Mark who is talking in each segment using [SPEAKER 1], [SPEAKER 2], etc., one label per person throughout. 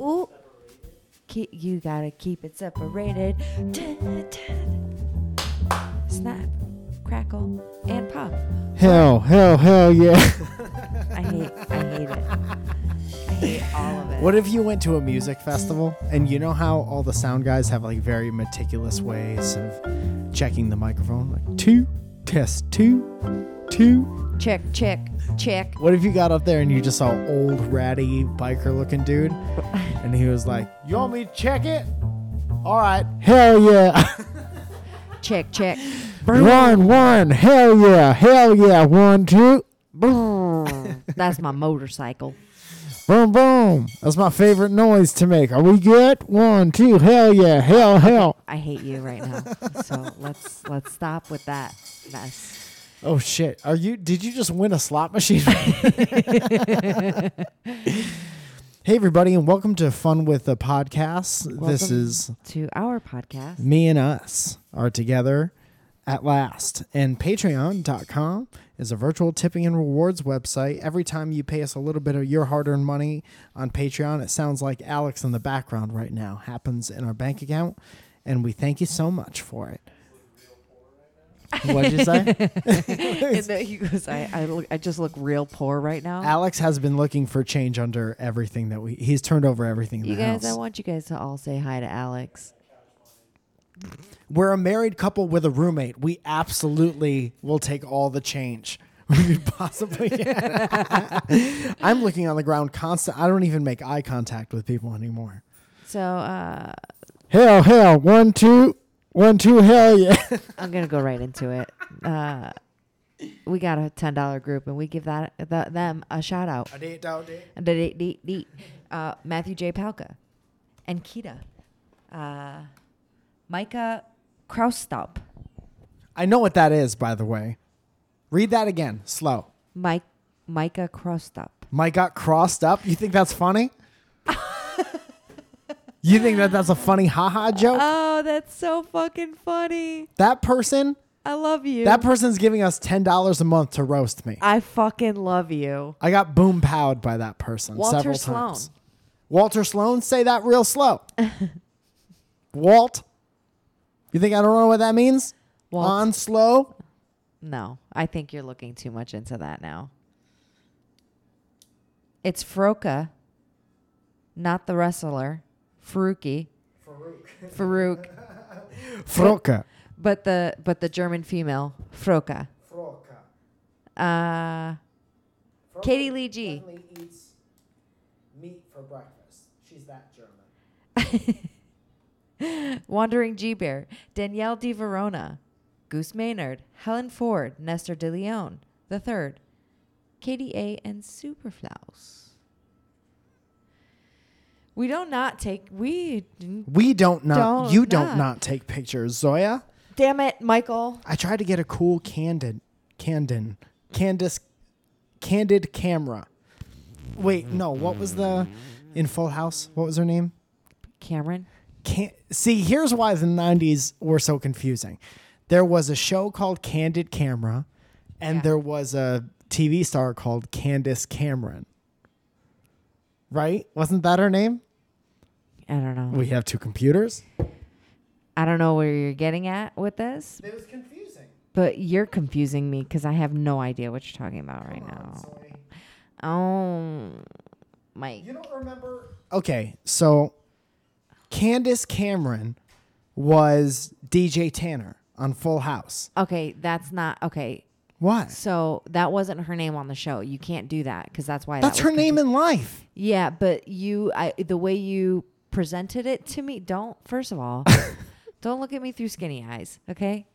[SPEAKER 1] Ooh. Keep, you gotta keep it separated. Snap, crackle, and pop.
[SPEAKER 2] Hell, hell, hell yeah.
[SPEAKER 1] I hate, I hate it. I hate all of it.
[SPEAKER 2] What if you went to a music festival and you know how all the sound guys have like very meticulous ways of checking the microphone? Like two, test two, two.
[SPEAKER 1] Check, check, check.
[SPEAKER 2] What if you got up there and you just saw old ratty biker looking dude and he was like, You want me to check it? All right. Hell yeah.
[SPEAKER 1] check, check.
[SPEAKER 2] one, one. Hell yeah. Hell yeah. One, two.
[SPEAKER 1] Brrr. That's my motorcycle.
[SPEAKER 2] Boom, boom. That's my favorite noise to make. Are we good? One, two. Hell yeah. Hell, hell.
[SPEAKER 1] I hate you right now. So let's let's stop with that mess.
[SPEAKER 2] Oh shit! Are you? Did you just win a slot machine? hey everybody, and welcome to Fun with the Podcast. This
[SPEAKER 1] Welcome.
[SPEAKER 2] is
[SPEAKER 1] To our podcast.
[SPEAKER 2] me and us are together at last. And patreon.com is a virtual tipping and rewards website. Every time you pay us a little bit of your hard earned money on Patreon, it sounds like Alex in the background right now happens in our bank account. And we thank you so much for it. What'd you say?
[SPEAKER 1] And then he goes, I I, look, I just look real poor right now.
[SPEAKER 2] Alex has been looking for change under everything that we. He's turned over everything in
[SPEAKER 1] you
[SPEAKER 2] the
[SPEAKER 1] guys, I
[SPEAKER 2] house.
[SPEAKER 1] want you guys to all say hi to Alex.
[SPEAKER 2] We're a married couple with a roommate. We absolutely will take all the change we could possibly get. I'm looking on the ground constant. I don't even make eye contact with people anymore.
[SPEAKER 1] So uh,
[SPEAKER 2] Hell, hell, one, two, one, two, hell yeah.
[SPEAKER 1] I'm gonna go right into it. Uh, we got a ten dollar group, and we give that the, them a shout out. Uh, Matthew J. Palka and Kita, uh, Micah Kraustop,
[SPEAKER 2] I know what that is, by the way. Read that again, slow.
[SPEAKER 1] Mike Micah Kraustop.
[SPEAKER 2] My got crossed up. You think that's funny? you think that that's a funny haha joke?
[SPEAKER 1] Oh, that's so fucking funny.
[SPEAKER 2] that person
[SPEAKER 1] I love you.
[SPEAKER 2] that person's giving us $10 a month to roast me
[SPEAKER 1] I fucking love you.
[SPEAKER 2] i got boom powed by that person
[SPEAKER 1] Walter
[SPEAKER 2] several
[SPEAKER 1] Sloan.
[SPEAKER 2] times walter sloan say that real slow walt you think i don't know what that means
[SPEAKER 1] Walt.
[SPEAKER 2] on slow
[SPEAKER 1] No, I think you're looking too much into that now. It's Froka, not the wrestler, Faruki. Farouk. Farouk,
[SPEAKER 2] froka
[SPEAKER 1] but the but the German female Froka. Uh, Katie Lee G.
[SPEAKER 2] eats meat for breakfast she's that german
[SPEAKER 1] Wandering G Bear, Danielle Di Verona, Goose Maynard, Helen Ford, Nestor De Leon, the third, Katie A, and Superflaus. We don't not take we.
[SPEAKER 2] we don't not
[SPEAKER 1] Don't
[SPEAKER 2] you don't
[SPEAKER 1] not.
[SPEAKER 2] not take pictures zoya
[SPEAKER 1] Damn it, Michael.
[SPEAKER 2] I tried to get a cool candid, candid, Candace, candid camera. Wait, no. What was the in Full House? What was her name?
[SPEAKER 1] Cameron.
[SPEAKER 2] Can- See, here's why the '90s were so confusing. There was a show called Candid Camera, and
[SPEAKER 1] Yeah.
[SPEAKER 2] there was a TV star called Candace Cameron. Right? Wasn't that her name?
[SPEAKER 1] I don't know.
[SPEAKER 2] We have two computers.
[SPEAKER 1] I don't know where you're getting at with this,
[SPEAKER 2] It was confusing.
[SPEAKER 1] but you're confusing me because I have no idea what you're talking about right now. Oh, Mike.
[SPEAKER 2] don't remember? Okay, so Candace Cameron was DJ Tanner on Full House.
[SPEAKER 1] Okay, that's not okay.
[SPEAKER 2] What?
[SPEAKER 1] So that wasn't her name on the show. You can't do that because that's why.
[SPEAKER 2] That's
[SPEAKER 1] that
[SPEAKER 2] her
[SPEAKER 1] was
[SPEAKER 2] name
[SPEAKER 1] confu-
[SPEAKER 2] in life.
[SPEAKER 1] yeah, but you, I, the way you presented it to me, don't. First of all, don't look at me through skinny eyes, okay?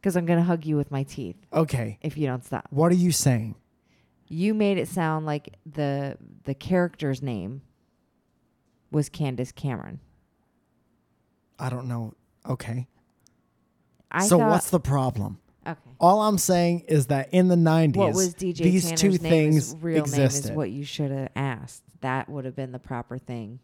[SPEAKER 1] Because I'm gonna hug you with my teeth
[SPEAKER 2] Okay,
[SPEAKER 1] if you don't stop.
[SPEAKER 2] what are you saying?
[SPEAKER 1] You made it sound like the the character's name was Candace Cameron.
[SPEAKER 2] I don't know. Okay.
[SPEAKER 1] I
[SPEAKER 2] so
[SPEAKER 1] thought,
[SPEAKER 2] what's the problem?
[SPEAKER 1] okay?
[SPEAKER 2] All I'm saying is that in the 90s,
[SPEAKER 1] What was DJ
[SPEAKER 2] these
[SPEAKER 1] Tanner's
[SPEAKER 2] two
[SPEAKER 1] name?
[SPEAKER 2] things
[SPEAKER 1] His real
[SPEAKER 2] existed.
[SPEAKER 1] name is what you should have asked. That would have been the proper thing.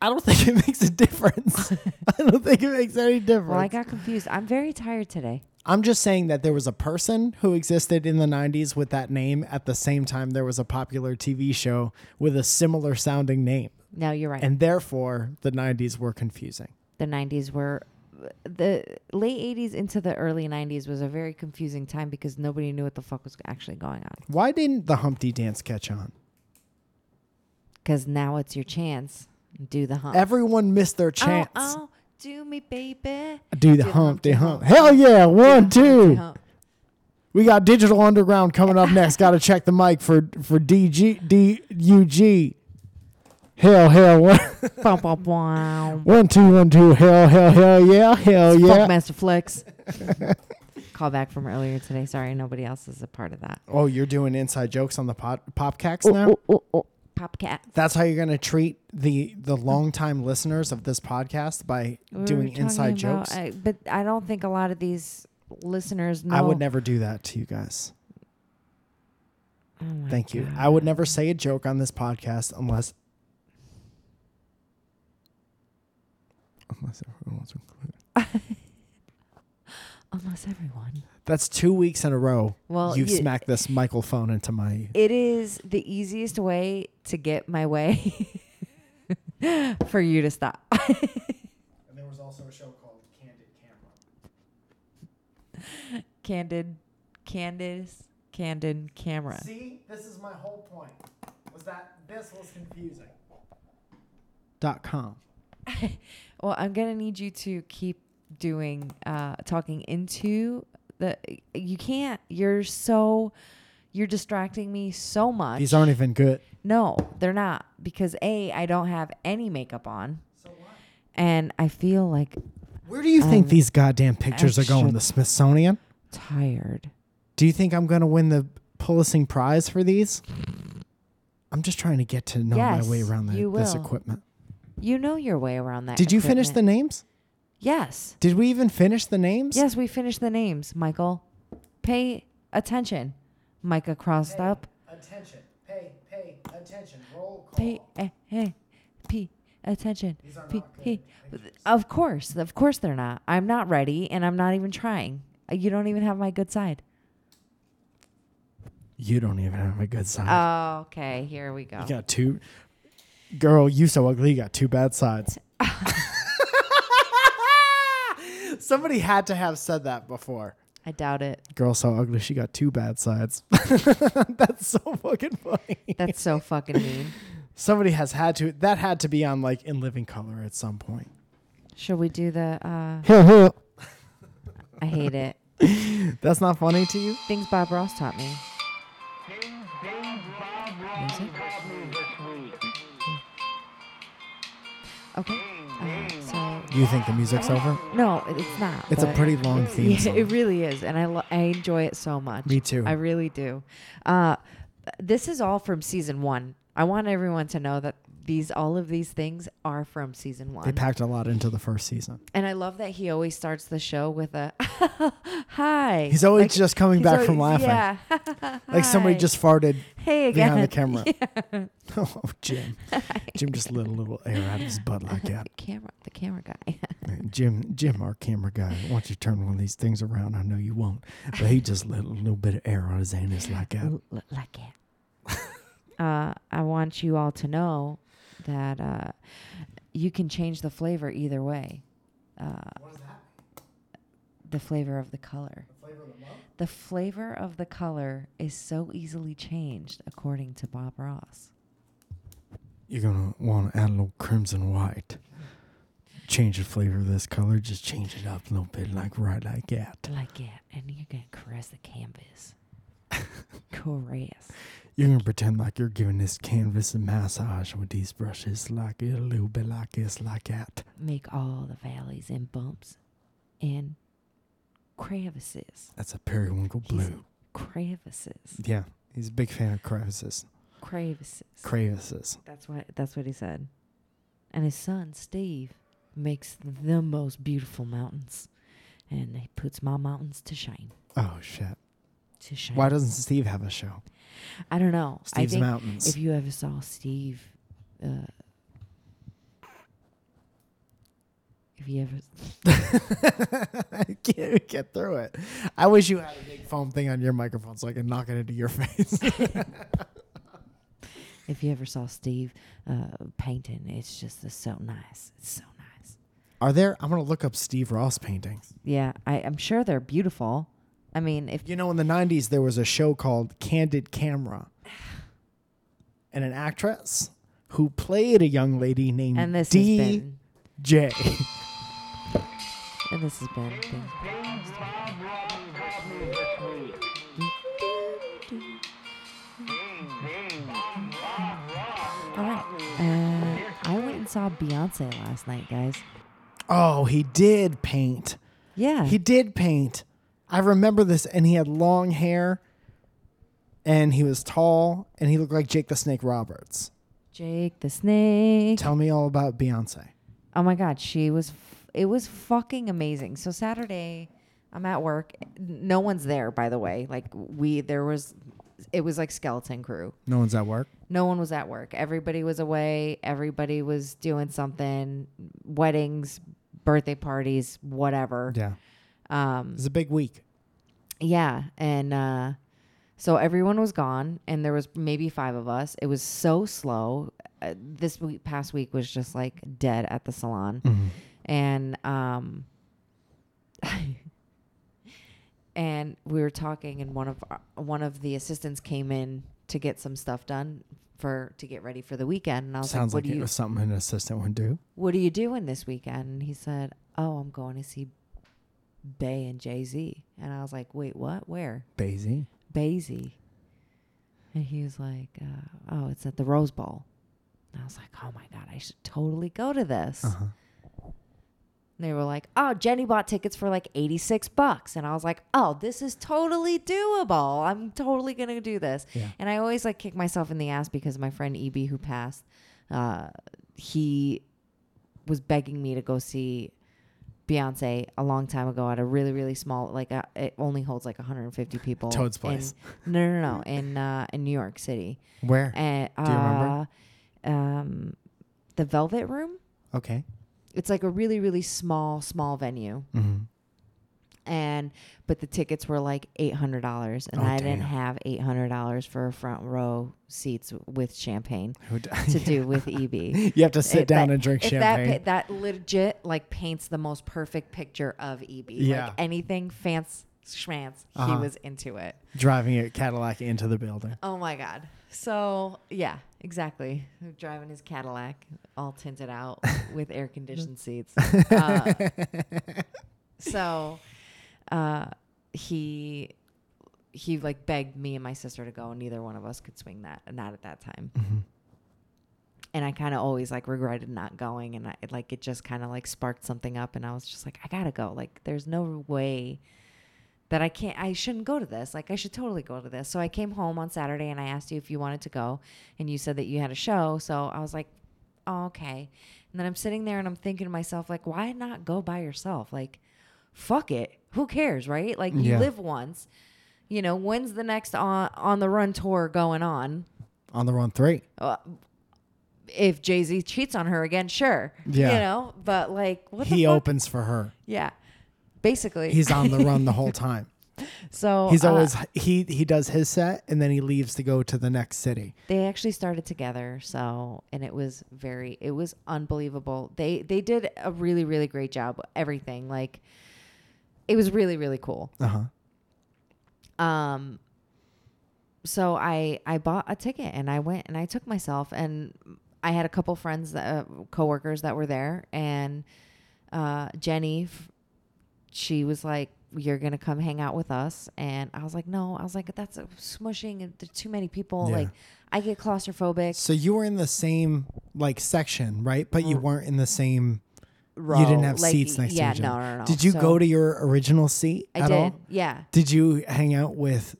[SPEAKER 2] I don't think it makes a difference. I don't think it makes any difference.
[SPEAKER 1] Well, I got confused. I'm very tired today.
[SPEAKER 2] I'm just saying that there was a person who existed in the 90s with that name at the same time there was a popular TV show with a similar sounding name.
[SPEAKER 1] No, you're right.
[SPEAKER 2] And therefore, the 90s were confusing.
[SPEAKER 1] the 90s were the late 80s into the early 90s was a very confusing time because nobody knew what the fuck was actually going on.
[SPEAKER 2] Why didn't the Humpty dance catch on?
[SPEAKER 1] Because now it's your chance. Do the hump.
[SPEAKER 2] Everyone missed their
[SPEAKER 1] Oh,
[SPEAKER 2] chance.
[SPEAKER 1] Oh, do me, baby.
[SPEAKER 2] Do the Humpty hump. Hell yeah. One,
[SPEAKER 1] Do the Humpty
[SPEAKER 2] two.
[SPEAKER 1] hump.
[SPEAKER 2] We got Digital Underground coming up next. Got to check the mic for, for DG, DUG. Hell, hell, one,
[SPEAKER 1] Bum, bum, bum.
[SPEAKER 2] one, two, one, two. Hell, hell, hell, yeah, hell, yeah.
[SPEAKER 1] Fuck Master Flex. Call back from earlier today. Sorry, nobody else is a part of that.
[SPEAKER 2] Oh, you're doing inside jokes on the pop popcacks
[SPEAKER 1] Oh,
[SPEAKER 2] now.
[SPEAKER 1] Popcat.
[SPEAKER 2] That's how you're gonna treat the the longtime listeners of this podcast by
[SPEAKER 1] We were
[SPEAKER 2] doing
[SPEAKER 1] talking
[SPEAKER 2] inside
[SPEAKER 1] about-
[SPEAKER 2] jokes. I,
[SPEAKER 1] I, but I don't think a lot of these listeners know.
[SPEAKER 2] would never do that to you guys.
[SPEAKER 1] Oh my
[SPEAKER 2] Thank you. I would never say a joke on this podcast unless unless everyone was included.
[SPEAKER 1] Unless everyone.
[SPEAKER 2] That's two weeks in a row.
[SPEAKER 1] Well,
[SPEAKER 2] you've
[SPEAKER 1] you-
[SPEAKER 2] smacked this microphone into my.
[SPEAKER 1] It is the easiest way to get my way for you to stop.
[SPEAKER 2] And there was also a show called Candid Camera.
[SPEAKER 1] Candid, Candice, Candid camera.
[SPEAKER 2] See, this is my whole point. Was that this was confusing. Dot com.
[SPEAKER 1] Well, I'm gonna need you to keep doing uh, talking into the. You can't. You're so. You're distracting me so much.
[SPEAKER 2] These aren't even good.
[SPEAKER 1] no, they're not because a I don't have any makeup on, and I feel like
[SPEAKER 2] Where do you think
[SPEAKER 1] Um,
[SPEAKER 2] these goddamn pictures are going?
[SPEAKER 1] extra-
[SPEAKER 2] The Smithsonian?
[SPEAKER 1] tired.
[SPEAKER 2] Do you think I'm going to win the Pulitzer Prize for these? I'm just trying to get to know
[SPEAKER 1] Yes,
[SPEAKER 2] my way around the,
[SPEAKER 1] you
[SPEAKER 2] this
[SPEAKER 1] will.
[SPEAKER 2] equipment.
[SPEAKER 1] You know your way around that.
[SPEAKER 2] Did you finish the
[SPEAKER 1] equipment.
[SPEAKER 2] names?
[SPEAKER 1] Yes.
[SPEAKER 2] Did we even finish the names?
[SPEAKER 1] Yes, we finished the names, Michael. Pay attention. Micah crossed up.
[SPEAKER 2] Attention. Pay, pay, attention. Roll
[SPEAKER 1] Pay, eh, eh, p, attention.
[SPEAKER 2] These are
[SPEAKER 1] P,
[SPEAKER 2] not good
[SPEAKER 1] p. Of course, of course they're not. I'm not ready, and I'm not even trying. Uh, You don't even have my good side.
[SPEAKER 2] You don't even have a good side.
[SPEAKER 1] Oh, okay, here we go.
[SPEAKER 2] You got two. Girl, you so ugly. You got two bad sides. Somebody had to have said that before.
[SPEAKER 1] I doubt it.
[SPEAKER 2] Girl, so ugly. She got two bad sides. That's so fucking funny.
[SPEAKER 1] That's so fucking mean.
[SPEAKER 2] Somebody has had to. That had to be on like in living color at some point.
[SPEAKER 1] Should we do the? uh
[SPEAKER 2] That's
[SPEAKER 1] I hate it.
[SPEAKER 2] not funny to you.
[SPEAKER 1] Things Bob Ross taught me. Music? Okay. Uh, so
[SPEAKER 2] You think the music's over?
[SPEAKER 1] no, it- it's not.
[SPEAKER 2] It's a
[SPEAKER 1] but-
[SPEAKER 2] pretty long theme
[SPEAKER 1] Yeah,
[SPEAKER 2] song.
[SPEAKER 1] it really is, and I lo- I enjoy it so much.
[SPEAKER 2] Me too.
[SPEAKER 1] I really do. Uh, this is all from season one. I want everyone to know that these all of these things are from season one.
[SPEAKER 2] They packed a lot into the first season.
[SPEAKER 1] and I love that he always starts the show with a hi.
[SPEAKER 2] He's always
[SPEAKER 1] Like,
[SPEAKER 2] just coming
[SPEAKER 1] he's
[SPEAKER 2] back from
[SPEAKER 1] always-
[SPEAKER 2] laughing.
[SPEAKER 1] Yeah.
[SPEAKER 2] Like somebody
[SPEAKER 1] Hi.
[SPEAKER 2] just farted
[SPEAKER 1] hey again
[SPEAKER 2] behind the camera. oh, Jim. Jim just let a little air out of his butt like that.
[SPEAKER 1] camera the camera guy
[SPEAKER 2] Jim, Jim, our camera guy, why don't you turn one of these things around? I know you won't, but he just let a little bit of air out of his anus like that.
[SPEAKER 1] L- l- like it uh, i want you all to know that uh, you can change the flavor either way uh, the flavor of the color the flavor of the color is so easily changed according to bob ross
[SPEAKER 2] You're gonna want to add a little crimson white. Change the flavor of this color, just change it up a little bit, like right like that.
[SPEAKER 1] like it and you're gonna caress the canvas caress
[SPEAKER 2] You're gonna pretend like you're giving this canvas a massage with these brushes, like it a little bit like this, like that.
[SPEAKER 1] make all the valleys and bumps and crevices
[SPEAKER 2] That's a periwinkle
[SPEAKER 1] He's-
[SPEAKER 2] blue.
[SPEAKER 1] crevices
[SPEAKER 2] Yeah, he's a big fan of crevices.
[SPEAKER 1] crevices
[SPEAKER 2] Crevices.
[SPEAKER 1] that's what that's what he said and his son steve makes the most beautiful mountains and he puts my mountains to shine
[SPEAKER 2] Oh shit!
[SPEAKER 1] to shine
[SPEAKER 2] Why doesn't Steve have a show?
[SPEAKER 1] i don't know i
[SPEAKER 2] Steve's
[SPEAKER 1] think
[SPEAKER 2] Mountains.
[SPEAKER 1] if you ever saw steve uh, If you ever,
[SPEAKER 2] I can't get through it. I wish you had a big foam thing on your microphone so I could knock it into your face.
[SPEAKER 1] if you ever saw Steve uh, painting, it's just it's so nice. It's so nice.
[SPEAKER 2] Are there? I'm gonna look up Steve Ross paintings.
[SPEAKER 1] Yeah, I, I'm sure they're beautiful. I mean, if
[SPEAKER 2] You know, in the '90s there was a show called Candid Camera, and an actress who played a young lady named
[SPEAKER 1] and this
[SPEAKER 2] D.
[SPEAKER 1] has been
[SPEAKER 2] J.
[SPEAKER 1] and this has been. Things All right, uh, I went and saw Beyonce last night, guys.
[SPEAKER 2] Oh, he did paint.
[SPEAKER 1] Yeah,
[SPEAKER 2] He did paint. I remember this, and he had long hair, and he was tall, and he looked like Jake the Snake Roberts.
[SPEAKER 1] Jake the Snake.
[SPEAKER 2] Tell me all about Beyonce.
[SPEAKER 1] Oh my God, she was. f- It was fucking amazing. So Saturday, I'm at work. No one's there, by the way. Like we, there was. It was like skeleton crew.
[SPEAKER 2] No one's at work.
[SPEAKER 1] No one was at work. Everybody was away. Everybody was doing something. Weddings, birthday parties, whatever.
[SPEAKER 2] Yeah,
[SPEAKER 1] Um,
[SPEAKER 2] it's a big week.
[SPEAKER 1] yeah, and uh, so everyone was gone, and there was maybe five of us. It was so slow. Uh, this week, past week was just like dead at the salon,
[SPEAKER 2] Mm-hmm.
[SPEAKER 1] and um, and we were talking, and one of our, one of the assistants came in to get some stuff done for to get ready for the weekend, and I was
[SPEAKER 2] Sounds
[SPEAKER 1] like, "What
[SPEAKER 2] like
[SPEAKER 1] do
[SPEAKER 2] it
[SPEAKER 1] you
[SPEAKER 2] was something an assistant would do.
[SPEAKER 1] What are you doing this weekend?" And he said, "Oh, I'm going to see." Bay and Jay Z, and I was like, "Wait, what? Where?"
[SPEAKER 2] Basie.
[SPEAKER 1] Basie. And he was like, uh, oh, it's at the Rose Bowl. And I was like, oh my God, I should totally go to this.
[SPEAKER 2] Uh-huh.
[SPEAKER 1] And they were like, oh, Jenny bought tickets for like 86 bucks. And I was like, oh, this is totally doable. I'm totally going to do this.
[SPEAKER 2] Yeah.
[SPEAKER 1] And I always like kick myself in the ass because my friend EB, who passed, uh, he was begging me to go see Beyonce a long time ago at a really really small like uh, it only holds like 150 people.
[SPEAKER 2] Toad's Place.
[SPEAKER 1] In, no, no, no, in uh, in New York City.
[SPEAKER 2] Where?
[SPEAKER 1] And, uh,
[SPEAKER 2] Do you remember?
[SPEAKER 1] Um, the Velvet Room.
[SPEAKER 2] okay.
[SPEAKER 1] It's like a really really small small venue,
[SPEAKER 2] Mm-hmm.
[SPEAKER 1] and but the tickets were like eight hundred dollars, and
[SPEAKER 2] Oh,
[SPEAKER 1] I didn't
[SPEAKER 2] damn.
[SPEAKER 1] have eight hundred dollars for front row seats with champagne
[SPEAKER 2] Who d-
[SPEAKER 1] to do with EB.
[SPEAKER 2] you have to sit
[SPEAKER 1] It-
[SPEAKER 2] down
[SPEAKER 1] that-
[SPEAKER 2] and drink
[SPEAKER 1] if
[SPEAKER 2] champagne.
[SPEAKER 1] That, pa- that legit like paints the most perfect picture of EB.
[SPEAKER 2] Yeah.
[SPEAKER 1] Like anything fancy schmance, he
[SPEAKER 2] Uh-huh.
[SPEAKER 1] was into it.
[SPEAKER 2] Driving a Cadillac into the building.
[SPEAKER 1] Oh my god. So yeah, exactly. Driving his Cadillac, all tinted out with air conditioned seats. Uh, so uh, he he like begged me and my sister to go, and neither one of us could swing that. Not at that time. And I kind of always like regretted not going, and I, it, like it just kind of like sparked something up, and I was just like, I gotta go. Like, there's no way that I can't, I shouldn't go to this. Like, I should totally go to this. So I came home on Saturday and I asked you if you wanted to go, and you said that you had a show. So I was like, oh, okay. And then I'm sitting there and I'm thinking to myself, like, why not go by yourself? Like, fuck it. Who cares, right? Like, you
[SPEAKER 2] Yeah.
[SPEAKER 1] live once. You know, when's the next on, on the run tour going on?
[SPEAKER 2] On the run three.
[SPEAKER 1] Uh, if Jay Z cheats on her again, sure.
[SPEAKER 2] Yeah.
[SPEAKER 1] You know, but like, what
[SPEAKER 2] he
[SPEAKER 1] the fuck?
[SPEAKER 2] opens for her.
[SPEAKER 1] yeah. Basically,
[SPEAKER 2] He's on the run the whole time.
[SPEAKER 1] so
[SPEAKER 2] He's
[SPEAKER 1] uh,
[SPEAKER 2] always he he does his set and then he leaves to go to the next city.
[SPEAKER 1] they actually started together so and it was very it was unbelievable they they did a really really great job everything like it was really really cool
[SPEAKER 2] Uh huh.
[SPEAKER 1] um so i i bought a ticket and i went and i took myself and i had a couple friends that, uh, coworkers that were there and uh jenny f- she was like you're gonna come hang out with us and i was like no i was like that's a smushing and there's too many people
[SPEAKER 2] Yeah.
[SPEAKER 1] like i get claustrophobic
[SPEAKER 2] So you were in the same like section, right? But
[SPEAKER 1] Mm.
[SPEAKER 2] you weren't in the same.
[SPEAKER 1] row.
[SPEAKER 2] You didn't have
[SPEAKER 1] Like,
[SPEAKER 2] seats next
[SPEAKER 1] yeah,
[SPEAKER 2] to each other.
[SPEAKER 1] no, no, no.
[SPEAKER 2] Did you
[SPEAKER 1] So,
[SPEAKER 2] go to your original seat
[SPEAKER 1] I
[SPEAKER 2] at
[SPEAKER 1] did.
[SPEAKER 2] all?
[SPEAKER 1] Yeah,
[SPEAKER 2] Did you hang out with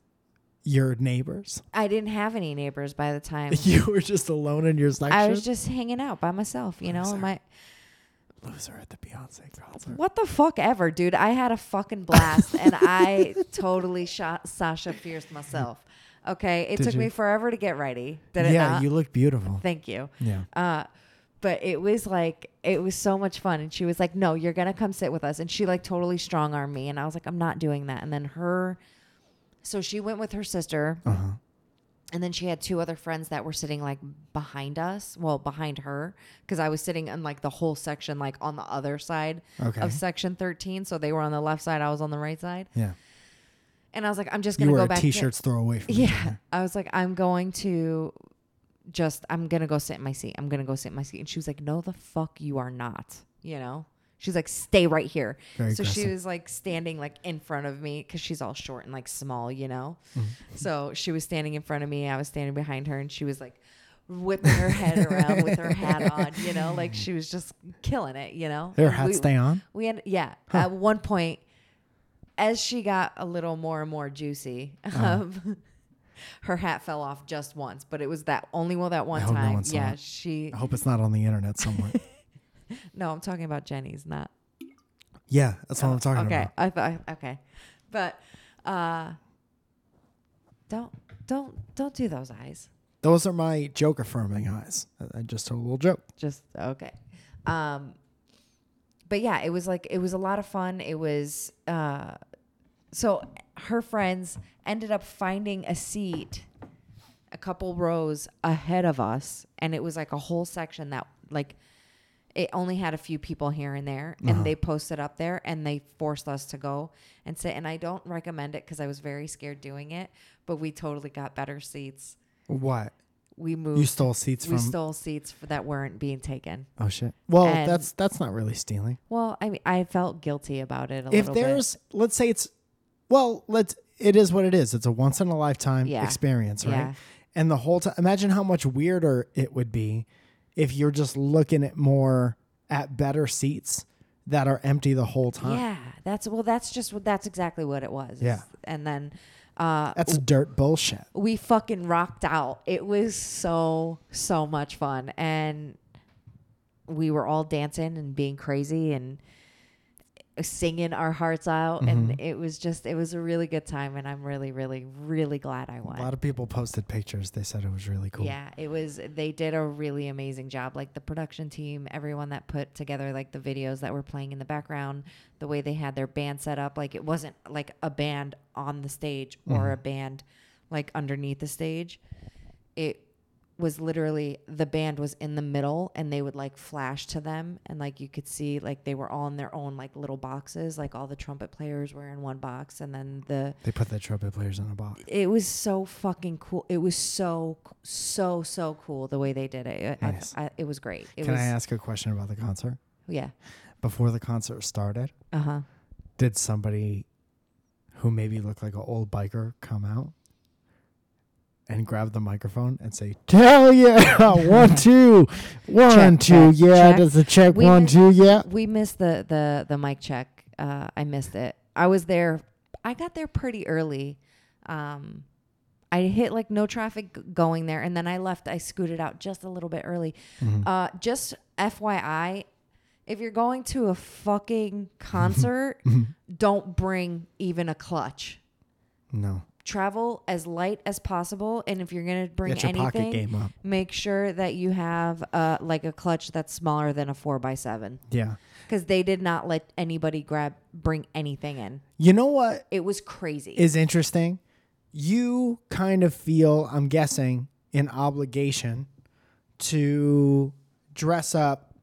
[SPEAKER 2] your neighbors?
[SPEAKER 1] I didn't have any neighbors by the time
[SPEAKER 2] You were just alone in your section.
[SPEAKER 1] I was just hanging out by myself. You know,
[SPEAKER 2] Loser.
[SPEAKER 1] my
[SPEAKER 2] loser at the Beyonce concert.
[SPEAKER 1] what the fuck ever, dude. I had a fucking blast, and I totally shot Sasha Fierce myself. Okay, it
[SPEAKER 2] Did
[SPEAKER 1] took
[SPEAKER 2] you?
[SPEAKER 1] me forever to get ready. Did it
[SPEAKER 2] yeah,
[SPEAKER 1] not?
[SPEAKER 2] you look beautiful.
[SPEAKER 1] Thank you.
[SPEAKER 2] Yeah.
[SPEAKER 1] Uh, but it was like it was so much fun and she was like no you're gonna come sit with us and she like totally strong armed me and i was like i'm not doing that and then her so she went with her sister
[SPEAKER 2] Uh-huh.
[SPEAKER 1] and then she had two other friends that were sitting like behind us well behind her because i was sitting in like the whole section like on the other side
[SPEAKER 2] Okay.
[SPEAKER 1] of section 13 so they were on the left side i was on the right side
[SPEAKER 2] Yeah.
[SPEAKER 1] and i was like i'm just
[SPEAKER 2] You
[SPEAKER 1] gonna
[SPEAKER 2] were
[SPEAKER 1] go
[SPEAKER 2] a
[SPEAKER 1] back
[SPEAKER 2] t-shirts throw away from each
[SPEAKER 1] yeah
[SPEAKER 2] other.
[SPEAKER 1] i was like i'm going to just i'm gonna go sit in my seat i'm gonna go sit in my seat and she was like no the fuck you are not you know she's like stay right here
[SPEAKER 2] Very
[SPEAKER 1] so she
[SPEAKER 2] aggressive.
[SPEAKER 1] was like standing like in front of me because she's all short and like small you know
[SPEAKER 2] Mm-hmm.
[SPEAKER 1] so she was standing in front of me i was standing behind her and she was like whipping her head around with her hat on you know like she was just killing it you know
[SPEAKER 2] Their
[SPEAKER 1] And we-
[SPEAKER 2] hats stay on.
[SPEAKER 1] we had yeah. At one point, as she got a little more and more juicy, um, her hat fell off just once, but it was that only well that one
[SPEAKER 2] hope no
[SPEAKER 1] time.
[SPEAKER 2] one saw
[SPEAKER 1] yeah,
[SPEAKER 2] it.
[SPEAKER 1] she.
[SPEAKER 2] I hope it's not on the internet somewhere.
[SPEAKER 1] No, I'm talking about Jenny's, not.
[SPEAKER 2] yeah, that's what I'm talking
[SPEAKER 1] okay,
[SPEAKER 2] about.
[SPEAKER 1] I thought okay, but uh, don't don't don't do those eyes.
[SPEAKER 2] Those are my joke affirming eyes. I- I just told a little joke.
[SPEAKER 1] Just okay. Um, but yeah, it was like it was a lot of fun. It was uh, so her friends ended up finding a seat a couple rows ahead of us, and it was like a whole section that like it only had a few people here and there,
[SPEAKER 2] Uh-huh.
[SPEAKER 1] and they posted up there and they forced us to go and sit. And I don't recommend it because I was very scared doing it, but we totally got better seats.
[SPEAKER 2] What?
[SPEAKER 1] We
[SPEAKER 2] You
[SPEAKER 1] moved.
[SPEAKER 2] stole seats
[SPEAKER 1] we
[SPEAKER 2] from?
[SPEAKER 1] stole seats for, that weren't being taken.
[SPEAKER 2] oh shit. Well,
[SPEAKER 1] And-
[SPEAKER 2] that's that's not really stealing.
[SPEAKER 1] Well, I mean, I felt guilty about it a
[SPEAKER 2] if
[SPEAKER 1] little bit.
[SPEAKER 2] there's let's say it's well let's it is what it is it's a once in a lifetime
[SPEAKER 1] Yeah.
[SPEAKER 2] experience right
[SPEAKER 1] Yeah.
[SPEAKER 2] and the whole time imagine how much weirder it would be if you're just looking at more at better seats that are empty the whole time
[SPEAKER 1] yeah, that's well, that's just what that's exactly what it was.
[SPEAKER 2] Yeah.
[SPEAKER 1] and then uh,
[SPEAKER 2] that's dirt bullshit
[SPEAKER 1] we fucking rocked out. It was so so much fun, and we were all dancing and being crazy and singing our hearts out,
[SPEAKER 2] Mm-hmm.
[SPEAKER 1] and it was just it was a really good time, and I'm really really really glad I
[SPEAKER 2] a
[SPEAKER 1] won.
[SPEAKER 2] lot of people posted pictures they said it was really cool
[SPEAKER 1] Yeah, it was. They did a really amazing job. Like the production team, everyone that put together like the videos that were playing in the background, the way they had their band set up. Like it wasn't like a band on the stage
[SPEAKER 2] Mm-hmm.
[SPEAKER 1] or a band like underneath the stage. It was literally the band was in the middle and they would like flash to them and like you could see like they were all in their own like little boxes like all the trumpet players were in one box and then the
[SPEAKER 2] they put the trumpet players in a box
[SPEAKER 1] it was so fucking cool. It was so so so cool the way they did it. I-
[SPEAKER 2] Nice.
[SPEAKER 1] I, I, it was great. It
[SPEAKER 2] can
[SPEAKER 1] was
[SPEAKER 2] i ask a question about the concert
[SPEAKER 1] yeah.
[SPEAKER 2] before the concert started
[SPEAKER 1] Uh huh.
[SPEAKER 2] did somebody who maybe looked like an old biker come out and grab the microphone and say, "Tell yeah, one two, one
[SPEAKER 1] Check,
[SPEAKER 2] two,
[SPEAKER 1] check,
[SPEAKER 2] yeah,
[SPEAKER 1] check.
[SPEAKER 2] does the check
[SPEAKER 1] We
[SPEAKER 2] one
[SPEAKER 1] miss-
[SPEAKER 2] two, yeah."
[SPEAKER 1] We missed the the the mic check. Uh, I missed it. I was there. I got there pretty early. Um, I hit like no traffic g- going there, and then I left. I scooted out just a little bit early.
[SPEAKER 2] Mm-hmm.
[SPEAKER 1] Uh, just FYI, if you're going to a fucking concert,
[SPEAKER 2] Mm-hmm.
[SPEAKER 1] don't bring even a clutch.
[SPEAKER 2] No,
[SPEAKER 1] travel as light as possible and if you're going to bring
[SPEAKER 2] get your pocket
[SPEAKER 1] anything
[SPEAKER 2] game up.
[SPEAKER 1] make sure that you have uh, like a clutch that's smaller than a 4x7
[SPEAKER 2] Yeah,
[SPEAKER 1] because they did not let anybody grab bring anything in
[SPEAKER 2] you know what
[SPEAKER 1] it was crazy
[SPEAKER 2] is interesting? You kind of feel, I'm guessing, an obligation to dress up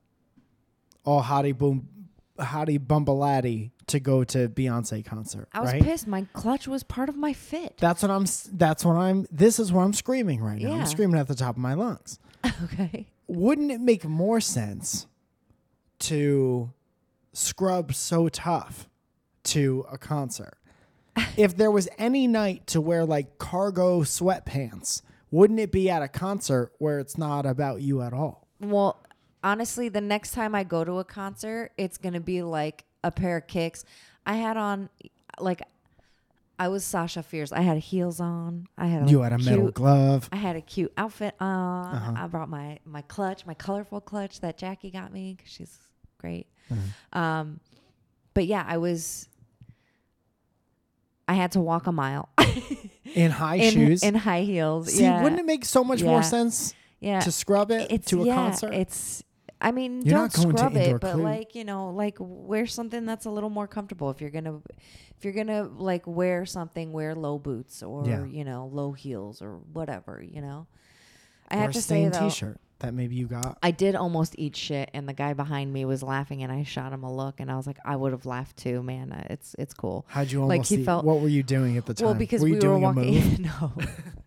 [SPEAKER 2] all hottie boom, hottie bumbalati to go to Beyonce concert.
[SPEAKER 1] i was
[SPEAKER 2] right?
[SPEAKER 1] pissed my clutch was part of my fit
[SPEAKER 2] That's what I'm. s- That's what I'm. This is what I'm screaming right now.
[SPEAKER 1] Yeah.
[SPEAKER 2] I'm screaming at the top of my lungs.
[SPEAKER 1] okay
[SPEAKER 2] Wouldn't it make more sense to scrub so tough to a concert? if there was any night to wear like cargo sweatpants, wouldn't it be at a concert where it's not about you at all?
[SPEAKER 1] well honestly the next time i go to a concert it's going to be like a pair of kicks i had on like i was sasha fierce i had heels on i had
[SPEAKER 2] You
[SPEAKER 1] like,
[SPEAKER 2] had a metal
[SPEAKER 1] cute-
[SPEAKER 2] glove.
[SPEAKER 1] I had a cute outfit on.
[SPEAKER 2] Uh-huh.
[SPEAKER 1] I brought my my clutch, my colorful clutch that Jackie got me 'cause she's great.
[SPEAKER 2] Mm-hmm.
[SPEAKER 1] Um, but yeah, I was. I had to walk a mile
[SPEAKER 2] In high
[SPEAKER 1] in
[SPEAKER 2] shoes.
[SPEAKER 1] in high heels.
[SPEAKER 2] See,
[SPEAKER 1] yeah,
[SPEAKER 2] wouldn't it make so much
[SPEAKER 1] Yeah.
[SPEAKER 2] more sense
[SPEAKER 1] yeah.
[SPEAKER 2] to scrub it
[SPEAKER 1] it's
[SPEAKER 2] to a
[SPEAKER 1] yeah,
[SPEAKER 2] concert?
[SPEAKER 1] It's I mean,
[SPEAKER 2] You're
[SPEAKER 1] don't
[SPEAKER 2] not going to
[SPEAKER 1] scrub
[SPEAKER 2] indoor
[SPEAKER 1] it, but
[SPEAKER 2] clean.
[SPEAKER 1] like you know, like wear something that's a little more comfortable. If you're gonna, if you're gonna like wear something, wear low boots or
[SPEAKER 2] Yeah.
[SPEAKER 1] you know low heels or whatever. You know, I
[SPEAKER 2] or
[SPEAKER 1] have
[SPEAKER 2] a
[SPEAKER 1] to say
[SPEAKER 2] stained
[SPEAKER 1] though,
[SPEAKER 2] T-shirt that maybe you got.
[SPEAKER 1] I did almost eat shit, and the guy behind me was laughing, and I shot him a look, and I was like, I would have laughed too, man. Uh, It's it's cool.
[SPEAKER 2] How'd you
[SPEAKER 1] like,
[SPEAKER 2] almost
[SPEAKER 1] he
[SPEAKER 2] eat?
[SPEAKER 1] felt-
[SPEAKER 2] What were you doing at the time?
[SPEAKER 1] Well, because
[SPEAKER 2] were you
[SPEAKER 1] we
[SPEAKER 2] doing
[SPEAKER 1] were
[SPEAKER 2] a move?
[SPEAKER 1] walking.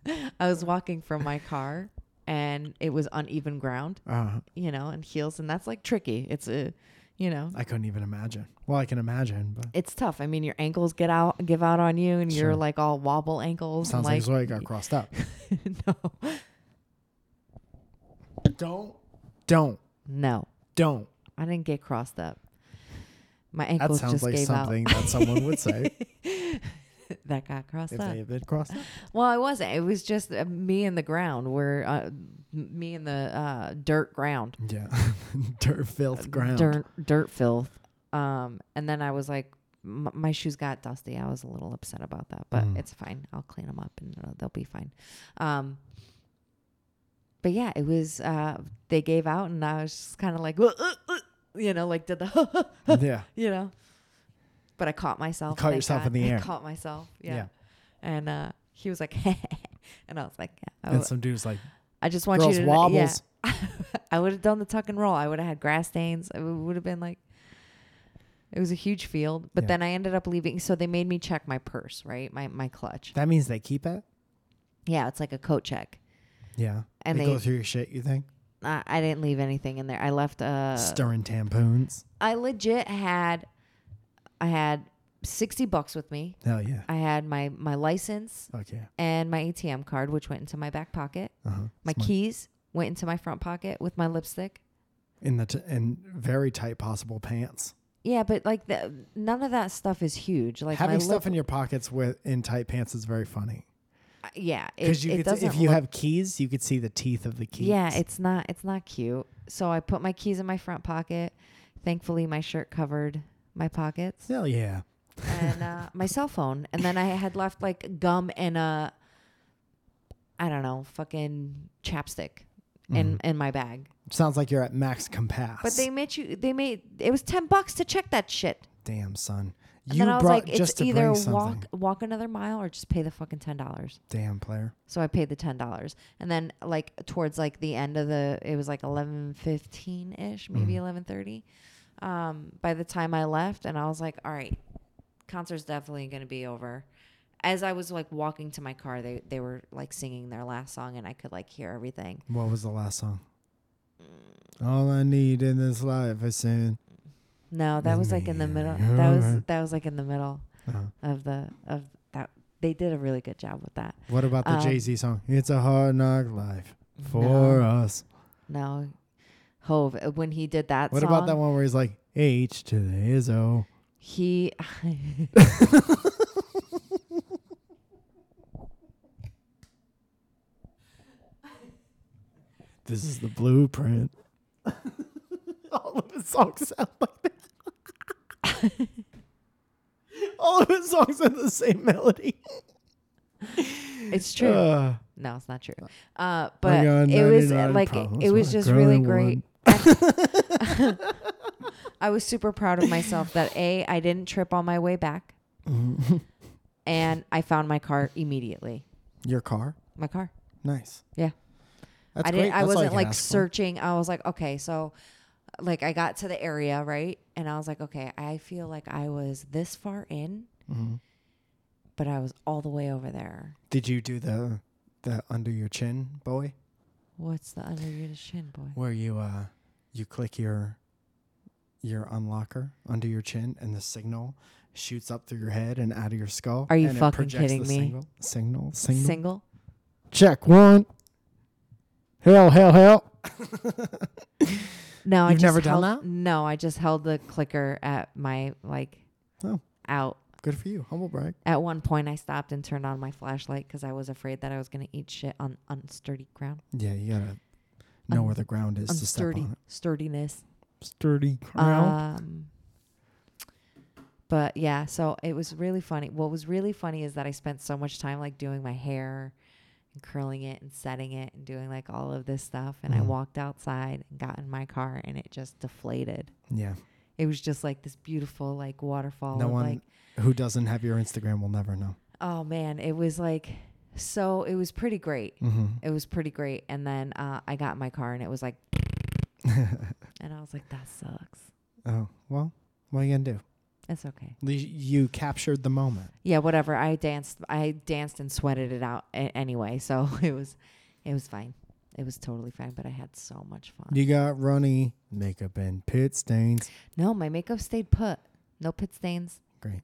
[SPEAKER 1] no, I was walking from my car, and it was uneven ground,
[SPEAKER 2] Uh,
[SPEAKER 1] you know, and heels, and that's like tricky. It's a, you know,
[SPEAKER 2] I couldn't even imagine. Well, I can imagine, but
[SPEAKER 1] it's tough. I mean, your ankles get out, give out on you, and
[SPEAKER 2] Sure.
[SPEAKER 1] you're like all wobble ankles. and,
[SPEAKER 2] sounds like, Zoe got crossed up.
[SPEAKER 1] no,
[SPEAKER 2] don't, don't,
[SPEAKER 1] no,
[SPEAKER 2] don't.
[SPEAKER 1] I didn't get crossed up. My
[SPEAKER 2] That
[SPEAKER 1] ankles
[SPEAKER 2] sounds
[SPEAKER 1] just
[SPEAKER 2] like
[SPEAKER 1] gave
[SPEAKER 2] something
[SPEAKER 1] out.
[SPEAKER 2] that someone would say
[SPEAKER 1] that got crossed
[SPEAKER 2] if
[SPEAKER 1] up.
[SPEAKER 2] they had been crossed up.
[SPEAKER 1] Well, it wasn't. It was just uh, me and the ground. Where uh, m- me and the uh, dirt ground,
[SPEAKER 2] Yeah, dirt, filth, ground.
[SPEAKER 1] Uh, dirt, dirt filth. Um, and then I was like, m- my shoes got dusty. I was a little upset about that, but
[SPEAKER 2] Mm.
[SPEAKER 1] it's fine. I'll clean them up, and uh, they'll be fine. Um, but yeah, it was. Uh, they gave out, and I was just kind of like, "Uh, uh, uh," you know, like did the,
[SPEAKER 2] Yeah,
[SPEAKER 1] you know. But I caught myself.
[SPEAKER 2] Mm. caught
[SPEAKER 1] thank
[SPEAKER 2] yourself
[SPEAKER 1] God.
[SPEAKER 2] in the air.
[SPEAKER 1] I caught myself. Yeah.
[SPEAKER 2] Yeah.
[SPEAKER 1] And uh, he was like, and I was like, yeah. I,
[SPEAKER 2] and
[SPEAKER 1] w-
[SPEAKER 2] some dudes like
[SPEAKER 1] I just Oh. want
[SPEAKER 2] girls
[SPEAKER 1] you to kn-
[SPEAKER 2] wobbles.
[SPEAKER 1] Yeah. I would have done the tuck and roll. I would have had grass stains. It would have been like, it was a huge field. But
[SPEAKER 2] Yeah.
[SPEAKER 1] then I ended up leaving. So they made me check my purse, right? My my clutch.
[SPEAKER 2] That means they keep it.
[SPEAKER 1] Yeah, it's like a coat check.
[SPEAKER 2] Yeah,
[SPEAKER 1] And
[SPEAKER 2] they, go
[SPEAKER 1] they-
[SPEAKER 2] through your shit. You think
[SPEAKER 1] I, I didn't leave anything in there. I left uh,
[SPEAKER 2] stirring tampoons?
[SPEAKER 1] I legit had, I had sixty bucks with me.
[SPEAKER 2] Hell yeah.
[SPEAKER 1] I had my my license.
[SPEAKER 2] Fuck yeah.
[SPEAKER 1] and my ATM card, which went into my back pocket.
[SPEAKER 2] Uh-huh.
[SPEAKER 1] My
[SPEAKER 2] Smart.
[SPEAKER 1] keys went into my front pocket with my lipstick.
[SPEAKER 2] in the t- in very tight possible pants.
[SPEAKER 1] Yeah, but like the, none of that stuff is huge. Like
[SPEAKER 2] Having
[SPEAKER 1] my
[SPEAKER 2] stuff
[SPEAKER 1] lip,
[SPEAKER 2] in your pockets with in tight pants is very funny
[SPEAKER 1] yeah, it,
[SPEAKER 2] because you
[SPEAKER 1] it
[SPEAKER 2] could s-
[SPEAKER 1] doesn't.
[SPEAKER 2] if you
[SPEAKER 1] look-
[SPEAKER 2] have keys, you could see the teeth of the keys.
[SPEAKER 1] yeah, it's not it's not cute. So I put my keys in my front pocket. Thankfully, my shirt covered my pockets
[SPEAKER 2] hell yeah.
[SPEAKER 1] and uh, my cell phone. And then I had left like gum and a, I don't know, fucking chapstick in in my bag.
[SPEAKER 2] Mm-hmm. Sounds like you're at max compass.
[SPEAKER 1] But they made you. They made it was ten bucks to check that shit.
[SPEAKER 2] damn son,
[SPEAKER 1] And
[SPEAKER 2] you
[SPEAKER 1] then I was like,
[SPEAKER 2] brought
[SPEAKER 1] it's
[SPEAKER 2] just to
[SPEAKER 1] either
[SPEAKER 2] bring something.
[SPEAKER 1] walk walk another mile or just pay the fucking ten dollars.
[SPEAKER 2] Damn player,
[SPEAKER 1] So I paid the ten dollars, and then like towards like the end of the, it was like eleven fifteen ish, maybe
[SPEAKER 2] Mm-hmm.
[SPEAKER 1] eleven thirty. Um, by the time I left, and I was like, all right, concert's definitely gonna be over. As I was like walking to my car, they they were like singing their last song, and I could like hear everything.
[SPEAKER 2] what was the last song?
[SPEAKER 1] Mm.
[SPEAKER 2] All I need in this life is sin.
[SPEAKER 1] No, that was like in the middle. That was that was like in the middle
[SPEAKER 2] Uh-huh.
[SPEAKER 1] of the of that. They did a really good job with that.
[SPEAKER 2] What about the
[SPEAKER 1] Um,
[SPEAKER 2] Jay Z song? It's a hard knock life for
[SPEAKER 1] No.
[SPEAKER 2] us.
[SPEAKER 1] No, Hove uh, when he did that.
[SPEAKER 2] What about that
[SPEAKER 1] song,
[SPEAKER 2] one where he's like H to the Izzo?
[SPEAKER 1] He.
[SPEAKER 2] This is the blueprint. All of his songs sound like that. All of his songs have the same melody.
[SPEAKER 1] it's true.
[SPEAKER 2] Uh,
[SPEAKER 1] no, it's not true. Uh,
[SPEAKER 2] I
[SPEAKER 1] but
[SPEAKER 2] got
[SPEAKER 1] it was
[SPEAKER 2] 99
[SPEAKER 1] uh, like
[SPEAKER 2] problems,
[SPEAKER 1] it was
[SPEAKER 2] but
[SPEAKER 1] just
[SPEAKER 2] growing
[SPEAKER 1] really
[SPEAKER 2] one.
[SPEAKER 1] great. I was super proud of myself that a I didn't trip on my way back, and I found my car immediately.
[SPEAKER 2] Your car?
[SPEAKER 1] My car.
[SPEAKER 2] Nice.
[SPEAKER 1] Yeah.
[SPEAKER 2] That's
[SPEAKER 1] I didn't.
[SPEAKER 2] great.
[SPEAKER 1] I
[SPEAKER 2] That's all you
[SPEAKER 1] wasn't
[SPEAKER 2] can
[SPEAKER 1] like
[SPEAKER 2] ask for.
[SPEAKER 1] searching. I was like, okay, so, like, I got to the area right, and I was like, okay, I feel like I was this far in,
[SPEAKER 2] Mhm.
[SPEAKER 1] but I was all the way over there.
[SPEAKER 2] Did you do the the under your chin, boy?
[SPEAKER 1] What's the under your shin, boy?
[SPEAKER 2] Where you uh you click your your unlocker under your chin and the signal shoots up through your head and out of your skull.
[SPEAKER 1] Are you
[SPEAKER 2] and it
[SPEAKER 1] fucking
[SPEAKER 2] projects the
[SPEAKER 1] kidding me?
[SPEAKER 2] Signal, signal, signal.
[SPEAKER 1] Single.
[SPEAKER 2] Check one. Hell, hell, hell.
[SPEAKER 1] No, I
[SPEAKER 2] You've
[SPEAKER 1] just
[SPEAKER 2] never done
[SPEAKER 1] held-
[SPEAKER 2] that?
[SPEAKER 1] No, I just held the clicker at my like
[SPEAKER 2] Oh.
[SPEAKER 1] out.
[SPEAKER 2] Good for you. Humble brag.
[SPEAKER 1] At one point, I stopped and turned on my flashlight because I was afraid that I was gonna eat shit on unsturdy ground.
[SPEAKER 2] Yeah, you gotta know
[SPEAKER 1] Un-
[SPEAKER 2] where the ground is to step
[SPEAKER 1] Unsturdy
[SPEAKER 2] on Uh,
[SPEAKER 1] sturdiness.
[SPEAKER 2] it. Sturdy ground.
[SPEAKER 1] Um, but yeah, so it was really funny. What was really funny is that I spent so much time like doing my hair, and curling it and setting it and doing like all of this stuff. And I
[SPEAKER 2] Mhm.
[SPEAKER 1] walked outside and got in my car and it just deflated.
[SPEAKER 2] Yeah.
[SPEAKER 1] It was just like this beautiful like waterfall.
[SPEAKER 2] No
[SPEAKER 1] of,
[SPEAKER 2] one-
[SPEAKER 1] like,
[SPEAKER 2] Who doesn't have your Instagram will never know.
[SPEAKER 1] oh man, it was like so. It was pretty great.
[SPEAKER 2] hmm
[SPEAKER 1] It was pretty great. And then uh, I got in my car and it was like, and I was like, that sucks.
[SPEAKER 2] Oh well, what are you gonna do?
[SPEAKER 1] It's okay.
[SPEAKER 2] Le- You captured the moment.
[SPEAKER 1] Yeah, whatever. I danced. I danced and sweated it out a- anyway. So it was, it was fine. It was totally fine. But I had so much fun.
[SPEAKER 2] You got runny makeup and pit stains.
[SPEAKER 1] No, my makeup stayed put. No pit stains.
[SPEAKER 2] Great.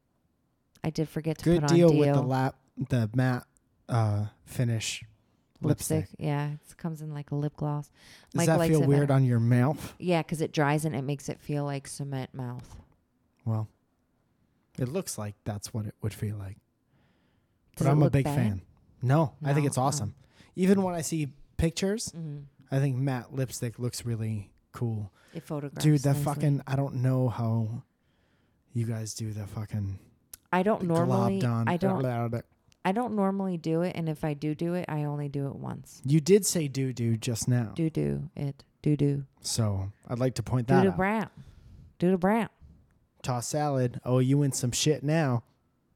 [SPEAKER 1] I did forget to
[SPEAKER 2] Good
[SPEAKER 1] put
[SPEAKER 2] deal
[SPEAKER 1] on
[SPEAKER 2] with the
[SPEAKER 1] Dio
[SPEAKER 2] lap, the matte uh, finish.
[SPEAKER 1] lipstick.
[SPEAKER 2] lipstick.
[SPEAKER 1] Yeah, it comes in like a lip gloss.
[SPEAKER 2] Does
[SPEAKER 1] Mike
[SPEAKER 2] that
[SPEAKER 1] likes
[SPEAKER 2] feel
[SPEAKER 1] it
[SPEAKER 2] weird
[SPEAKER 1] better.
[SPEAKER 2] on your mouth?
[SPEAKER 1] Yeah, because it dries and it makes it feel like cement mouth.
[SPEAKER 2] Well, it looks like that's what it would feel like.
[SPEAKER 1] Does
[SPEAKER 2] but
[SPEAKER 1] it
[SPEAKER 2] I'm a
[SPEAKER 1] look
[SPEAKER 2] big
[SPEAKER 1] bad?
[SPEAKER 2] fan. No, I think
[SPEAKER 1] No?
[SPEAKER 2] it's
[SPEAKER 1] Oh.
[SPEAKER 2] awesome. Even when I see pictures,
[SPEAKER 1] Mhm.
[SPEAKER 2] I think matte lipstick looks really cool.
[SPEAKER 1] It photographs.
[SPEAKER 2] Dude, that
[SPEAKER 1] nicely.
[SPEAKER 2] fucking I don't know how you guys do the fucking
[SPEAKER 1] I don't normally.
[SPEAKER 2] globbed on.
[SPEAKER 1] I don't. I don't normally do it, and if I do do it, I only do it once.
[SPEAKER 2] You did say doo doo just now.
[SPEAKER 1] Do do it. Do do.
[SPEAKER 2] So I'd like to point
[SPEAKER 1] Do
[SPEAKER 2] that
[SPEAKER 1] do
[SPEAKER 2] out.
[SPEAKER 1] brown. Do do brown.
[SPEAKER 2] Toss salad. Oh, you in some shit now.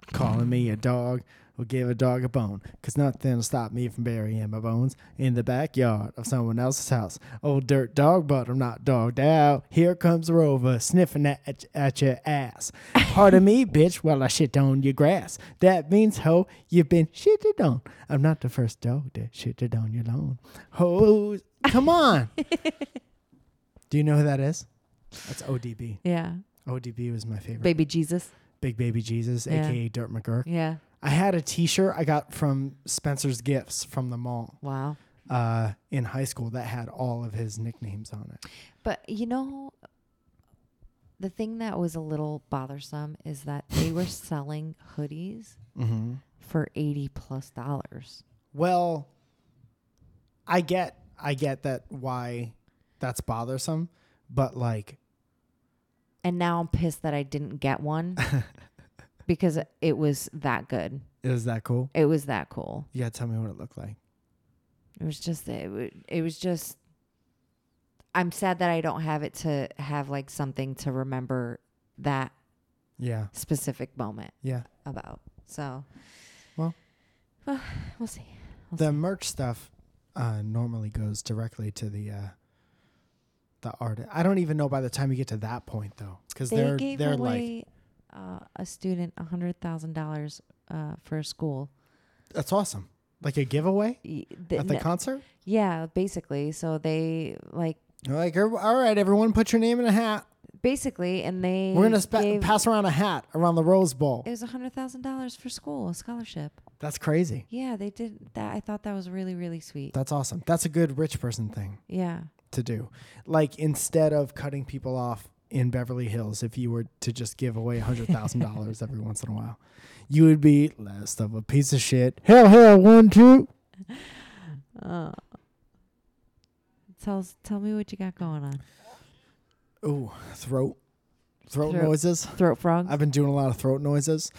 [SPEAKER 2] Calling me a dog or give a dog a bone. Cause nothing'll stop me from burying my bones in the backyard of someone else's house. Old dirt dog, but I'm not dogged out. Here comes the rover sniffing at, at your ass. Pardon me, bitch, while I shit on your grass. That means, ho, you've been shitted on. I'm not the first dog that shitted on your lawn. Ho, come on. Do you know who that is? That's ODB.
[SPEAKER 1] Yeah.
[SPEAKER 2] ODB was my favorite.
[SPEAKER 1] Baby Jesus.
[SPEAKER 2] Big Baby Jesus,
[SPEAKER 1] Yeah.
[SPEAKER 2] aka Dirt McGurk.
[SPEAKER 1] Yeah.
[SPEAKER 2] I had a T-shirt I got from Spencer's Gifts from the mall
[SPEAKER 1] Wow.
[SPEAKER 2] uh, in high school that had all of his nicknames on it.
[SPEAKER 1] But you know, the thing that was a little bothersome is that they were selling hoodies
[SPEAKER 2] Mm-hmm.
[SPEAKER 1] for eighty plus dollars.
[SPEAKER 2] Well, I get, I get that why that's bothersome, but like,
[SPEAKER 1] And now I'm pissed that I didn't get one because it was that good.
[SPEAKER 2] is that cool?
[SPEAKER 1] It was that cool.
[SPEAKER 2] You gotta tell me what it looked like.
[SPEAKER 1] It was just it, wa- it was just I'm sad that I don't have it to have like something to remember that
[SPEAKER 2] Yeah,
[SPEAKER 1] specific moment
[SPEAKER 2] yeah.
[SPEAKER 1] about. So
[SPEAKER 2] Well.
[SPEAKER 1] Well, we'll see. We'll
[SPEAKER 2] The merch stuff uh, normally goes directly to the uh, the artist. I don't even know by the time you get to that point though, because
[SPEAKER 1] see.
[SPEAKER 2] they're
[SPEAKER 1] they gave
[SPEAKER 2] they're like
[SPEAKER 1] away uh, a student a hundred thousand dollars uh, for a school.
[SPEAKER 2] That's awesome. Like a giveaway
[SPEAKER 1] Y- the-
[SPEAKER 2] at the
[SPEAKER 1] no-
[SPEAKER 2] concert?
[SPEAKER 1] yeah, basically. So they like
[SPEAKER 2] You're like, "Er- all right, everyone, put your name in a hat.
[SPEAKER 1] basically, and they
[SPEAKER 2] We're going to spa
[SPEAKER 1] gave-
[SPEAKER 2] pass around a hat around the Rose Bowl.
[SPEAKER 1] It was a hundred thousand dollars for school, a scholarship.
[SPEAKER 2] That's crazy.
[SPEAKER 1] Yeah, they did that. I thought that was really really sweet.
[SPEAKER 2] That's awesome. That's a good rich person thing
[SPEAKER 1] Yeah.
[SPEAKER 2] to do. Like, instead of cutting people off in Beverly Hills, if you were to just give away $100,000 every once in a while, you would be less of a piece of shit. Hell, hell, one, two.
[SPEAKER 1] Uh, tell us- tell me what you got going on.
[SPEAKER 2] Ooh, throat. Throat,
[SPEAKER 1] Throat.
[SPEAKER 2] noises.
[SPEAKER 1] Throat frog.
[SPEAKER 2] I've been doing a lot of throat noises.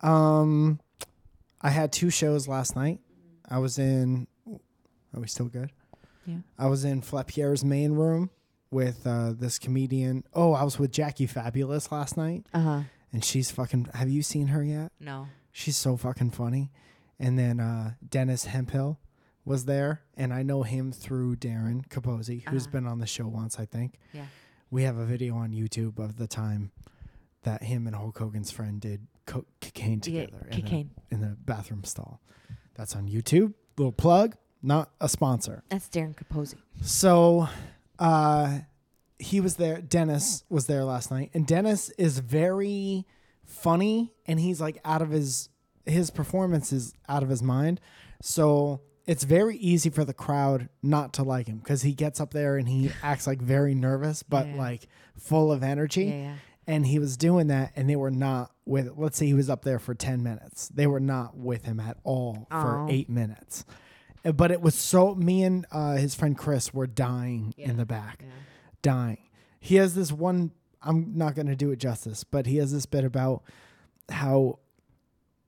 [SPEAKER 2] Um, I had two shows last night. I was in. Are we still good?
[SPEAKER 1] Yeah.
[SPEAKER 2] I was in Flapierre's main room with uh, this comedian. Oh, I was with Jackie Fabulous last night,
[SPEAKER 1] Uh huh.
[SPEAKER 2] and she's fucking. Have you seen her yet?
[SPEAKER 1] No.
[SPEAKER 2] She's so fucking funny. And then uh, Dennis Hempill was there, and I know him through Darren Capozzi, who's
[SPEAKER 1] Uh-huh.
[SPEAKER 2] been on the show once, I think.
[SPEAKER 1] Yeah.
[SPEAKER 2] We have a video on YouTube of the time that him and Hulk Hogan's friend did co- cocaine
[SPEAKER 1] Yeah,
[SPEAKER 2] together in, the,
[SPEAKER 1] cocaine.
[SPEAKER 2] in the bathroom stall. That's on YouTube. Little plug, not a sponsor.
[SPEAKER 1] That's Darren Capozzi.
[SPEAKER 2] So uh, he was there. Dennis was there last night, and Dennis is very funny, and he's like out of his his performance is out of his mind. So it's very easy for the crowd not to like him because he gets up there and he acts like very nervous, but
[SPEAKER 1] Yeah.
[SPEAKER 2] like full of energy.
[SPEAKER 1] Yeah, yeah.
[SPEAKER 2] And he was doing that, and they were not with. Let's say he was up there for ten minutes. They were not with him at all for
[SPEAKER 1] Aw.
[SPEAKER 2] eight minutes. Uh, But it was so. Me and uh, his friend Chris were dying
[SPEAKER 1] Yeah,
[SPEAKER 2] in the back,
[SPEAKER 1] yeah.
[SPEAKER 2] dying. He has this one. I'm not going to do it justice, but he has this bit about how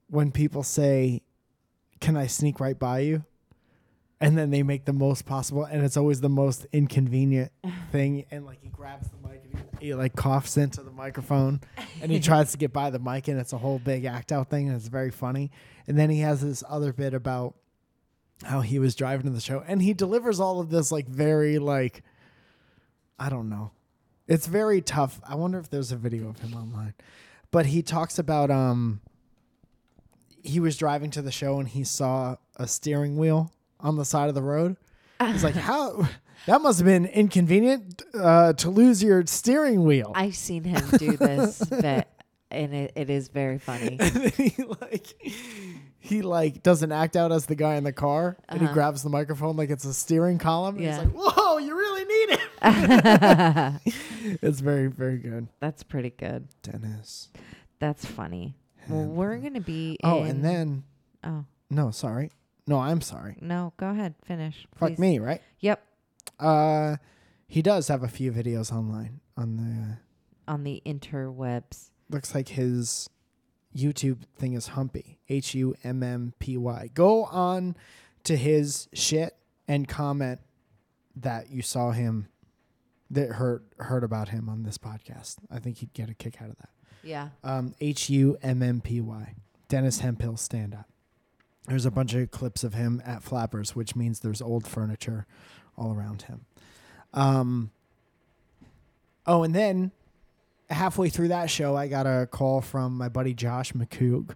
[SPEAKER 2] when people say, "Can I sneak right by you?" and then they make the most possible, and it's always the most inconvenient thing. And like he grabs the mic and he, he like coughs into the microphone, and he tries to get by the mic, and it's a whole big act out thing, and it's very funny. And then he has this other bit about how he was driving to the show, and he delivers all of this like very like I don't know, it's very tough. I wonder if there's a video of him online, but he talks about um he was driving to the show and he saw a steering wheel on the side of the road. He's like, how that must have been inconvenient uh, to lose your steering wheel.
[SPEAKER 1] I've seen him do this bit, and it, it is very funny.
[SPEAKER 2] and then he like he like doesn't act out as the guy in the car, and he grabs the microphone like it's a steering column. And
[SPEAKER 1] Yeah.
[SPEAKER 2] he's like, whoa, you really need it. it's very very good,
[SPEAKER 1] That's pretty good.
[SPEAKER 2] Dennis.
[SPEAKER 1] That's funny. Well, we're gonna be.
[SPEAKER 2] Oh,
[SPEAKER 1] in-
[SPEAKER 2] and then
[SPEAKER 1] Oh
[SPEAKER 2] no, sorry, no, I'm sorry.
[SPEAKER 1] no, go ahead, finish.
[SPEAKER 2] Fuck
[SPEAKER 1] please.
[SPEAKER 2] me, right?
[SPEAKER 1] Yep,
[SPEAKER 2] Uh, he does have a few videos online on the.
[SPEAKER 1] on the interwebs.
[SPEAKER 2] looks like his YouTube thing is Humpy. H U M M P Y. Go on to his shit and comment that you saw him that heard heard about him on this podcast. I think he'd get a kick out of that.
[SPEAKER 1] Yeah.
[SPEAKER 2] Um H U M M P Y. Dennis Hempill stand up. There's a bunch of clips of him at Flappers, which means there's old furniture all around him. Um Oh, and then halfway through that show, I got a call from my buddy Josh McCoog,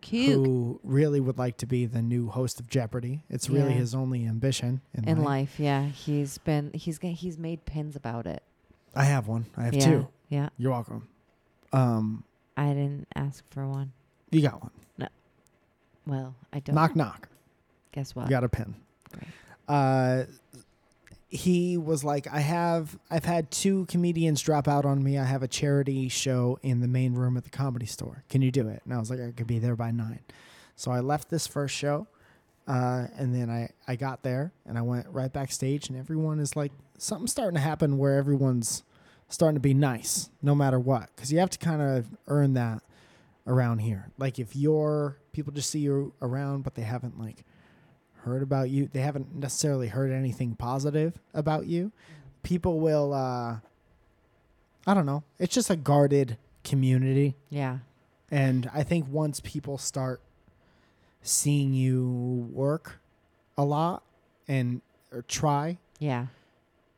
[SPEAKER 1] Cute
[SPEAKER 2] who really would like to be the new host of Jeopardy. It's really
[SPEAKER 1] Yeah.
[SPEAKER 2] his only ambition in,
[SPEAKER 1] in
[SPEAKER 2] life.
[SPEAKER 1] life. Yeah, he's been he's g- he's made pins about it.
[SPEAKER 2] I have one. I have
[SPEAKER 1] yeah.
[SPEAKER 2] two.
[SPEAKER 1] Yeah.
[SPEAKER 2] You're welcome. Um,
[SPEAKER 1] I didn't ask for one.
[SPEAKER 2] you got one.
[SPEAKER 1] Well, I don't.
[SPEAKER 2] Knock knock.
[SPEAKER 1] guess what?
[SPEAKER 2] You got a pin.
[SPEAKER 1] Great.
[SPEAKER 2] Uh, he was like, I have, I've had two comedians drop out on me. I have a charity show in the main room at the comedy store. Can you do it? And I was like, I could be there by nine. So I left this first show, uh, and then I I got there and I went right backstage, and everyone is like, something's starting to happen where everyone's starting to be nice, no matter what, because you have to kind of earn that around here. Like if you're people just see you around, but they haven't like heard about you they haven't necessarily heard anything positive about you people will uh i don't know it's just a guarded community
[SPEAKER 1] yeah.
[SPEAKER 2] and i think once people start seeing you work a lot and or try
[SPEAKER 1] Yeah.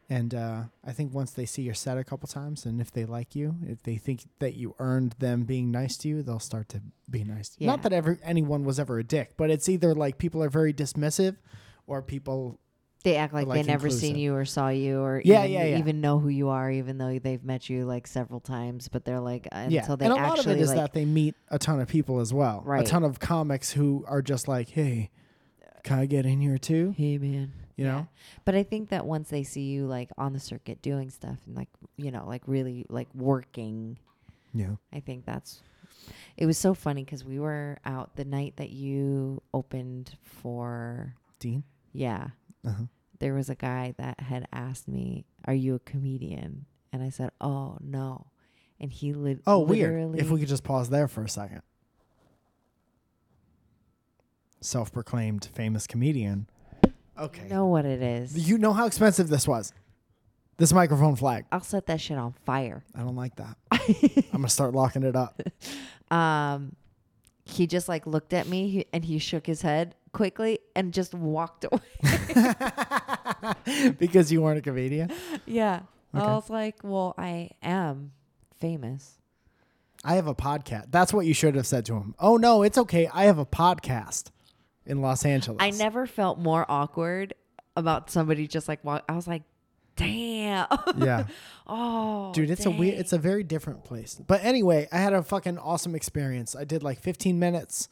[SPEAKER 2] and uh, I think once they see your set a couple times, and if they like you, if they think that you earned them being nice to you, they'll start to be nice. to you. Not
[SPEAKER 1] Yeah.
[SPEAKER 2] that ever anyone was ever a dick, but it's either like people are very dismissive, or people.
[SPEAKER 1] They act like,
[SPEAKER 2] like,
[SPEAKER 1] they never
[SPEAKER 2] inclusive.
[SPEAKER 1] seen you or saw you or
[SPEAKER 2] Yeah,
[SPEAKER 1] even,
[SPEAKER 2] yeah, yeah.
[SPEAKER 1] even know who you are, even though they've met you like several times. But they're like uh, until
[SPEAKER 2] Yeah,
[SPEAKER 1] they
[SPEAKER 2] and a
[SPEAKER 1] actually
[SPEAKER 2] lot of it is
[SPEAKER 1] like
[SPEAKER 2] that they meet a ton of people as well,
[SPEAKER 1] Right.
[SPEAKER 2] a ton of comics who are just like, "Hey, can I get in here too?"
[SPEAKER 1] Hey man.
[SPEAKER 2] You know?
[SPEAKER 1] But I think that once they see you like on the circuit doing stuff and like you know like really like working,
[SPEAKER 2] Yeah,
[SPEAKER 1] I think that's. It was so funny because we were out the night that you opened for
[SPEAKER 2] Dean.
[SPEAKER 1] yeah.
[SPEAKER 2] Uh-huh.
[SPEAKER 1] There was a guy that had asked me, "Are you a comedian?" And I said, "Oh no," and he lit.
[SPEAKER 2] Oh, weird.
[SPEAKER 1] literally-
[SPEAKER 2] If we could just pause there for a second. Self-proclaimed famous comedian. Okay.
[SPEAKER 1] know what it is.
[SPEAKER 2] You know how expensive this was. This microphone flag.
[SPEAKER 1] I'll set that shit on fire.
[SPEAKER 2] I don't like that. I'm gonna start locking it up.
[SPEAKER 1] Um, he just like looked at me he- and he shook his head quickly and just walked away.
[SPEAKER 2] because you weren't a comedian.
[SPEAKER 1] yeah,
[SPEAKER 2] Okay.
[SPEAKER 1] I was like, "Well, I am famous."
[SPEAKER 2] I have a podcast. That's what you should have said to him. Oh no, it's okay. I have a podcast in Los Angeles.
[SPEAKER 1] I never felt more awkward about somebody just like walk. I was like, "Damn."
[SPEAKER 2] Yeah.
[SPEAKER 1] oh,
[SPEAKER 2] Dude, it's a weird
[SPEAKER 1] dang.
[SPEAKER 2] it's a very different place. But anyway, I had a fucking awesome experience. I did like 15 minutes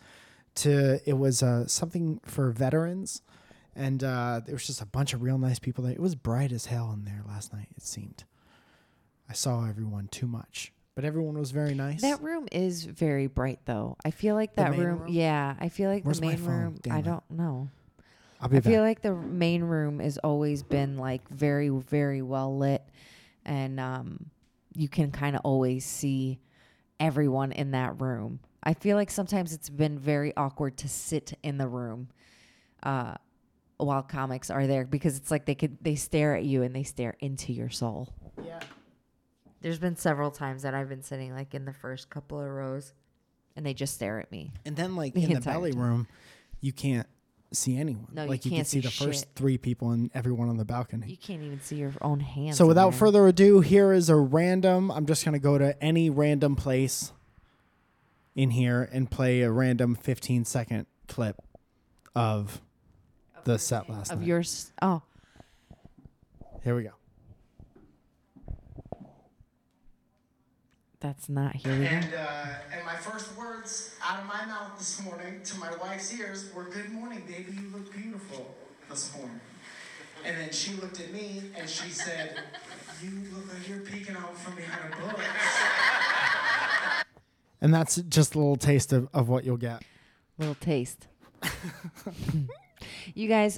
[SPEAKER 2] to it was uh, something for veterans and uh there was just a bunch of real nice people there. It was bright as hell in there last night, it seemed. I saw everyone too much, but everyone was very nice.
[SPEAKER 1] That room is very bright, though. I feel like
[SPEAKER 2] The
[SPEAKER 1] that
[SPEAKER 2] main
[SPEAKER 1] room,
[SPEAKER 2] room?
[SPEAKER 1] Yeah, I feel like
[SPEAKER 2] Where's
[SPEAKER 1] the
[SPEAKER 2] my
[SPEAKER 1] main
[SPEAKER 2] phone?
[SPEAKER 1] room.
[SPEAKER 2] Damn
[SPEAKER 1] I
[SPEAKER 2] it.
[SPEAKER 1] don't know.
[SPEAKER 2] I'll be
[SPEAKER 1] I feel
[SPEAKER 2] back.
[SPEAKER 1] like the main room has always been like very, very well lit, and um, you can kind of always see everyone in that room. I feel like sometimes it's been very awkward to sit in the room, uh, while comics are there because it's like they could they stare at you and they stare into your soul.
[SPEAKER 2] Yeah.
[SPEAKER 1] There's been several times that I've been sitting like in the first couple of rows and they just stare at me.
[SPEAKER 2] And then like
[SPEAKER 1] The
[SPEAKER 2] in the
[SPEAKER 1] entire
[SPEAKER 2] belly
[SPEAKER 1] time.
[SPEAKER 2] room, you can't see anyone.
[SPEAKER 1] No, you
[SPEAKER 2] like can
[SPEAKER 1] can't
[SPEAKER 2] see,
[SPEAKER 1] see
[SPEAKER 2] the first
[SPEAKER 1] shit.
[SPEAKER 2] three people and everyone on the balcony.
[SPEAKER 1] You can't even see your own hands.
[SPEAKER 2] So
[SPEAKER 1] in
[SPEAKER 2] without
[SPEAKER 1] there.
[SPEAKER 2] further ado, here is a random. I'm just gonna go to any random place in here and play a random 15 second clip of the set last
[SPEAKER 1] of
[SPEAKER 2] night.
[SPEAKER 1] yours oh
[SPEAKER 2] here we go.
[SPEAKER 1] that's not here we go.
[SPEAKER 3] And, uh, and my first words out of my mouth this morning to my wife's ears were, Good morning, baby, you look beautiful this morning. And then she looked at me and she said, You look like you're peeking out from behind a book.
[SPEAKER 2] And that's just a little taste of, of what you'll get.
[SPEAKER 1] little taste. you guys,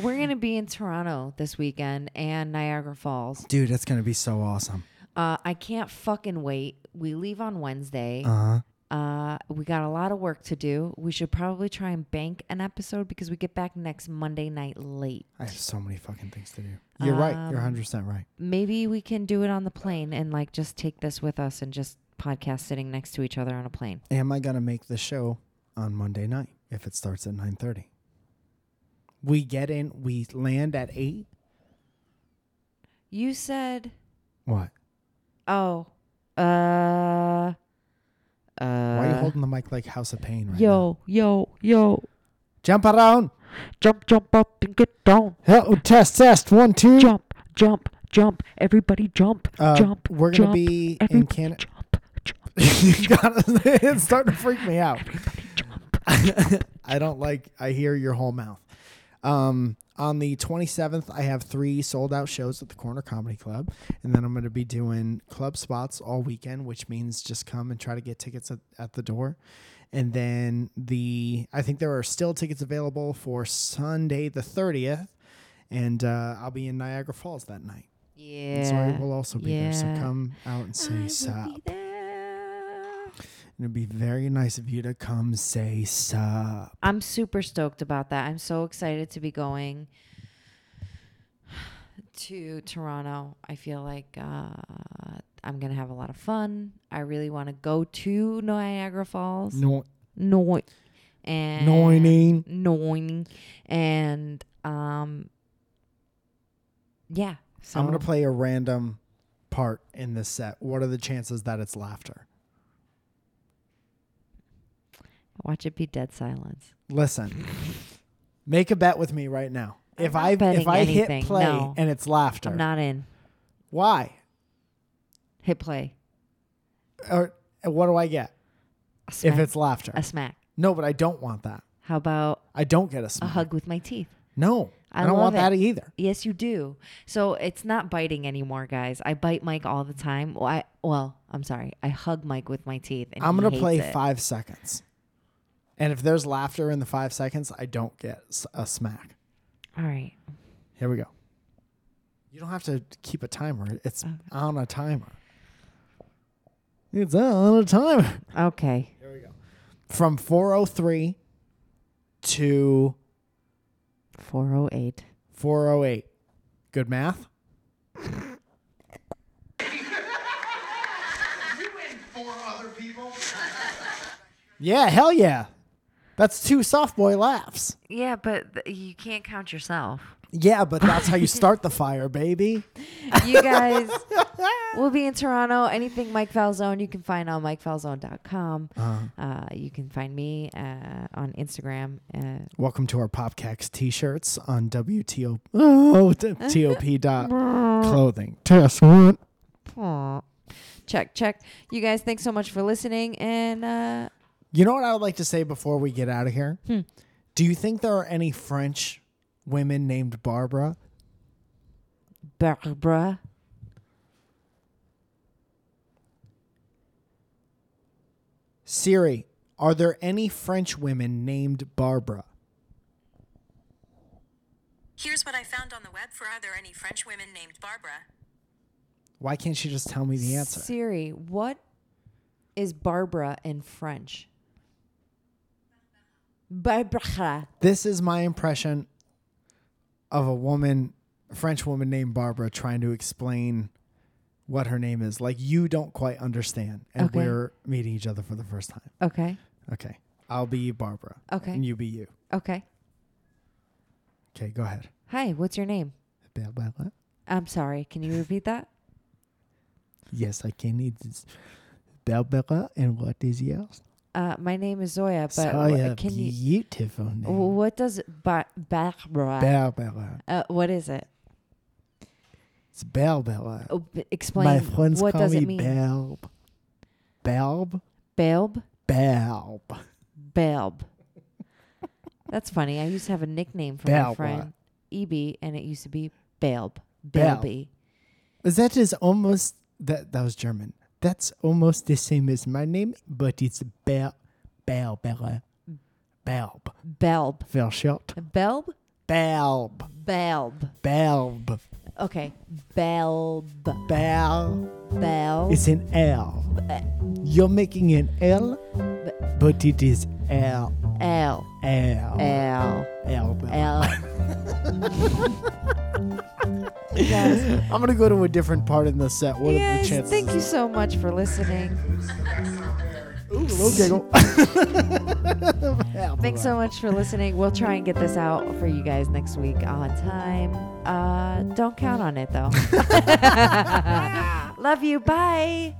[SPEAKER 1] we're gonna be in Toronto this weekend and Niagara Falls.
[SPEAKER 2] Dude, it's gonna be so awesome.
[SPEAKER 1] Uh, I can't fucking wait. We leave on Wednesday.
[SPEAKER 2] Uh-huh.
[SPEAKER 1] Uh, we got a lot of work to do. We should probably try and bank an episode because we get back next Monday night late.
[SPEAKER 2] I have so many fucking things to do. You're
[SPEAKER 1] Um,
[SPEAKER 2] right. You're 100% right.
[SPEAKER 1] Maybe we can do it on the plane and like just take this with us and just podcast sitting next to each other on a plane.
[SPEAKER 2] am I gonna make the show on Monday night if it starts at nine thirty? We get in, we land at eight.
[SPEAKER 1] You said,
[SPEAKER 2] What?
[SPEAKER 1] oh, uh, uh,
[SPEAKER 2] Why are
[SPEAKER 4] Uh,
[SPEAKER 2] you holding the mic like House of Pain right now?
[SPEAKER 1] yo, yo, yo.
[SPEAKER 2] Jump around.
[SPEAKER 4] Jump, jump up and get down.
[SPEAKER 2] Hello, test test one two.
[SPEAKER 4] Jump, jump, jump. Everybody jump,
[SPEAKER 2] Uh,
[SPEAKER 4] jump.
[SPEAKER 2] We're gonna
[SPEAKER 4] jump.
[SPEAKER 2] be in
[SPEAKER 4] Everybody
[SPEAKER 2] Canada.
[SPEAKER 4] Jump, jump,
[SPEAKER 2] you gotta, it's starting to freak me out.
[SPEAKER 4] jump.
[SPEAKER 2] I don't like. I hear your whole mouth. Um, on the 27th, I have three sold out shows at the Corner Comedy Club, and then I'm going to be doing club spots all weekend, which means just come and try to get tickets at, at the door. And then the I think there are still tickets available for Sunday the 30th, and uh, I'll be in Niagara Falls that night.
[SPEAKER 1] Yeah.
[SPEAKER 2] And so I will also be there.
[SPEAKER 1] yeah.
[SPEAKER 2] So come out and say
[SPEAKER 1] I will
[SPEAKER 2] sup.
[SPEAKER 1] be there.
[SPEAKER 2] And it'd be very nice of you to come say sup.
[SPEAKER 1] I'm super stoked about that. I'm so excited to be going to Toronto. I feel like uh, I'm going to have a lot of fun. I really want to go to Niagara Falls.
[SPEAKER 2] No,
[SPEAKER 1] Noi. And
[SPEAKER 2] Noining.
[SPEAKER 1] Noining. And um yeah. So
[SPEAKER 2] I'm gonna play a random part in this set. What are the chances that it's laughter?
[SPEAKER 1] watch it be dead silence.
[SPEAKER 2] Listen, make a bet with me right now.
[SPEAKER 1] I'm
[SPEAKER 2] If
[SPEAKER 1] not
[SPEAKER 2] I if
[SPEAKER 1] betting
[SPEAKER 2] I
[SPEAKER 1] anything,
[SPEAKER 2] hit play
[SPEAKER 1] no.
[SPEAKER 2] and it's laughter,
[SPEAKER 1] I'm not in.
[SPEAKER 2] why?
[SPEAKER 1] Hit play.
[SPEAKER 2] Or what do I get
[SPEAKER 1] A smack.
[SPEAKER 2] if it's laughter?
[SPEAKER 1] a smack.
[SPEAKER 2] no, but I don't want that.
[SPEAKER 1] How about
[SPEAKER 2] I don't get a
[SPEAKER 1] a
[SPEAKER 2] smack.
[SPEAKER 1] hug with my teeth?
[SPEAKER 2] No, I,
[SPEAKER 1] I
[SPEAKER 2] don't want
[SPEAKER 1] love it.
[SPEAKER 2] that either.
[SPEAKER 1] Yes, you do. So it's not biting anymore, guys. I bite Mike all the time. Well, I, well I'm sorry. I hug Mike with my teeth. And
[SPEAKER 2] I'm
[SPEAKER 1] he
[SPEAKER 2] gonna
[SPEAKER 1] hates
[SPEAKER 2] play
[SPEAKER 1] it.
[SPEAKER 2] five seconds, and if there's laughter in the five seconds, I don't get s- a smack.
[SPEAKER 1] All right.
[SPEAKER 2] Here we go. You don't have to keep a timer. It's on a timer. It's on a timer.
[SPEAKER 1] Okay.
[SPEAKER 2] Here we go. From 403 to
[SPEAKER 1] 408.
[SPEAKER 2] 408. Good math?
[SPEAKER 3] You and four other people.
[SPEAKER 2] Yeah, hell yeah. That's two soft boy laughs.
[SPEAKER 1] Yeah, but th- you can't count yourself.
[SPEAKER 2] Yeah, but that's how you start the fire, baby.
[SPEAKER 1] You guys will be in Toronto. Anything Mike Falzone, you can find on mikefalzone.com.
[SPEAKER 2] Uh-huh.
[SPEAKER 1] Uh, you can find me uh, on Instagram. Uh,
[SPEAKER 2] Welcome to our Popcax t-shirts on WTO oh, t- TOP dot clothing. Test one.
[SPEAKER 1] aw. check, check. You guys, thanks so much for listening. And uh,
[SPEAKER 2] You know what I would like to say before we get out of here?
[SPEAKER 1] Hmm.
[SPEAKER 2] Do you think there are any French women named Barbara?
[SPEAKER 1] Barbara.
[SPEAKER 2] Siri, are there any French women named Barbara?
[SPEAKER 5] Here's what I found on the web for are there any French women named Barbara?
[SPEAKER 2] Why can't she just tell me the answer?
[SPEAKER 1] Siri, what is Barbara in French? Barbara.
[SPEAKER 2] This is my impression of a woman, a French woman named Barbara, trying to explain what her name is. Like you don't quite understand, and
[SPEAKER 1] Okay.
[SPEAKER 2] we're meeting each other for the first time.
[SPEAKER 1] Okay.
[SPEAKER 2] Okay, I'll be Barbara.
[SPEAKER 1] Okay.
[SPEAKER 2] and you be you.
[SPEAKER 1] Okay.
[SPEAKER 2] Okay, go ahead.
[SPEAKER 1] Hi, what's your name?
[SPEAKER 2] Barbara.
[SPEAKER 1] I'm sorry. Can you repeat that?
[SPEAKER 2] Yes, I can eat this. Barbara, and what is yours?
[SPEAKER 1] Uh, my name is Zoya, but
[SPEAKER 2] Sorry,
[SPEAKER 1] wh-
[SPEAKER 2] a
[SPEAKER 1] can you?
[SPEAKER 2] beautiful name.
[SPEAKER 1] wh- What does ba- Barbara?
[SPEAKER 2] Barbara.
[SPEAKER 1] Uh, what is it?
[SPEAKER 2] It's Barbara.
[SPEAKER 1] Oh, b- explain.
[SPEAKER 2] My friends
[SPEAKER 1] what
[SPEAKER 2] call
[SPEAKER 1] does
[SPEAKER 2] me
[SPEAKER 1] it mean?
[SPEAKER 2] Barb. Barb.
[SPEAKER 1] Belb.
[SPEAKER 2] Barb.
[SPEAKER 1] Belb. That's funny. I used to have a nickname for
[SPEAKER 2] Belb,
[SPEAKER 1] my
[SPEAKER 2] what?
[SPEAKER 1] friend, EB, and it used to be Belb.
[SPEAKER 2] Belb.
[SPEAKER 1] Belby.
[SPEAKER 2] Is That is almost that. That was German. That's almost the same as my name, but it's Bar Barbara.
[SPEAKER 1] Mm.
[SPEAKER 2] Barb.
[SPEAKER 1] Belb.
[SPEAKER 2] For short.
[SPEAKER 1] Belb?
[SPEAKER 2] Barb.
[SPEAKER 1] Belb.
[SPEAKER 2] Barb.
[SPEAKER 1] Okay. Belb.
[SPEAKER 2] Barb.
[SPEAKER 1] Belb.
[SPEAKER 2] It's an L. You're making an L, but it is L.
[SPEAKER 1] L.
[SPEAKER 2] L.
[SPEAKER 1] L.
[SPEAKER 2] L.
[SPEAKER 1] L.
[SPEAKER 2] I'm gonna go to a different part in the set. What are the
[SPEAKER 1] Yes,
[SPEAKER 2] chances?
[SPEAKER 1] thank you so much for listening.
[SPEAKER 2] Ooh, little giggle.
[SPEAKER 1] Thanks so much for listening. We'll try and get this out for you guys next week on time. Uh, don't count on it though. Love you. Bye.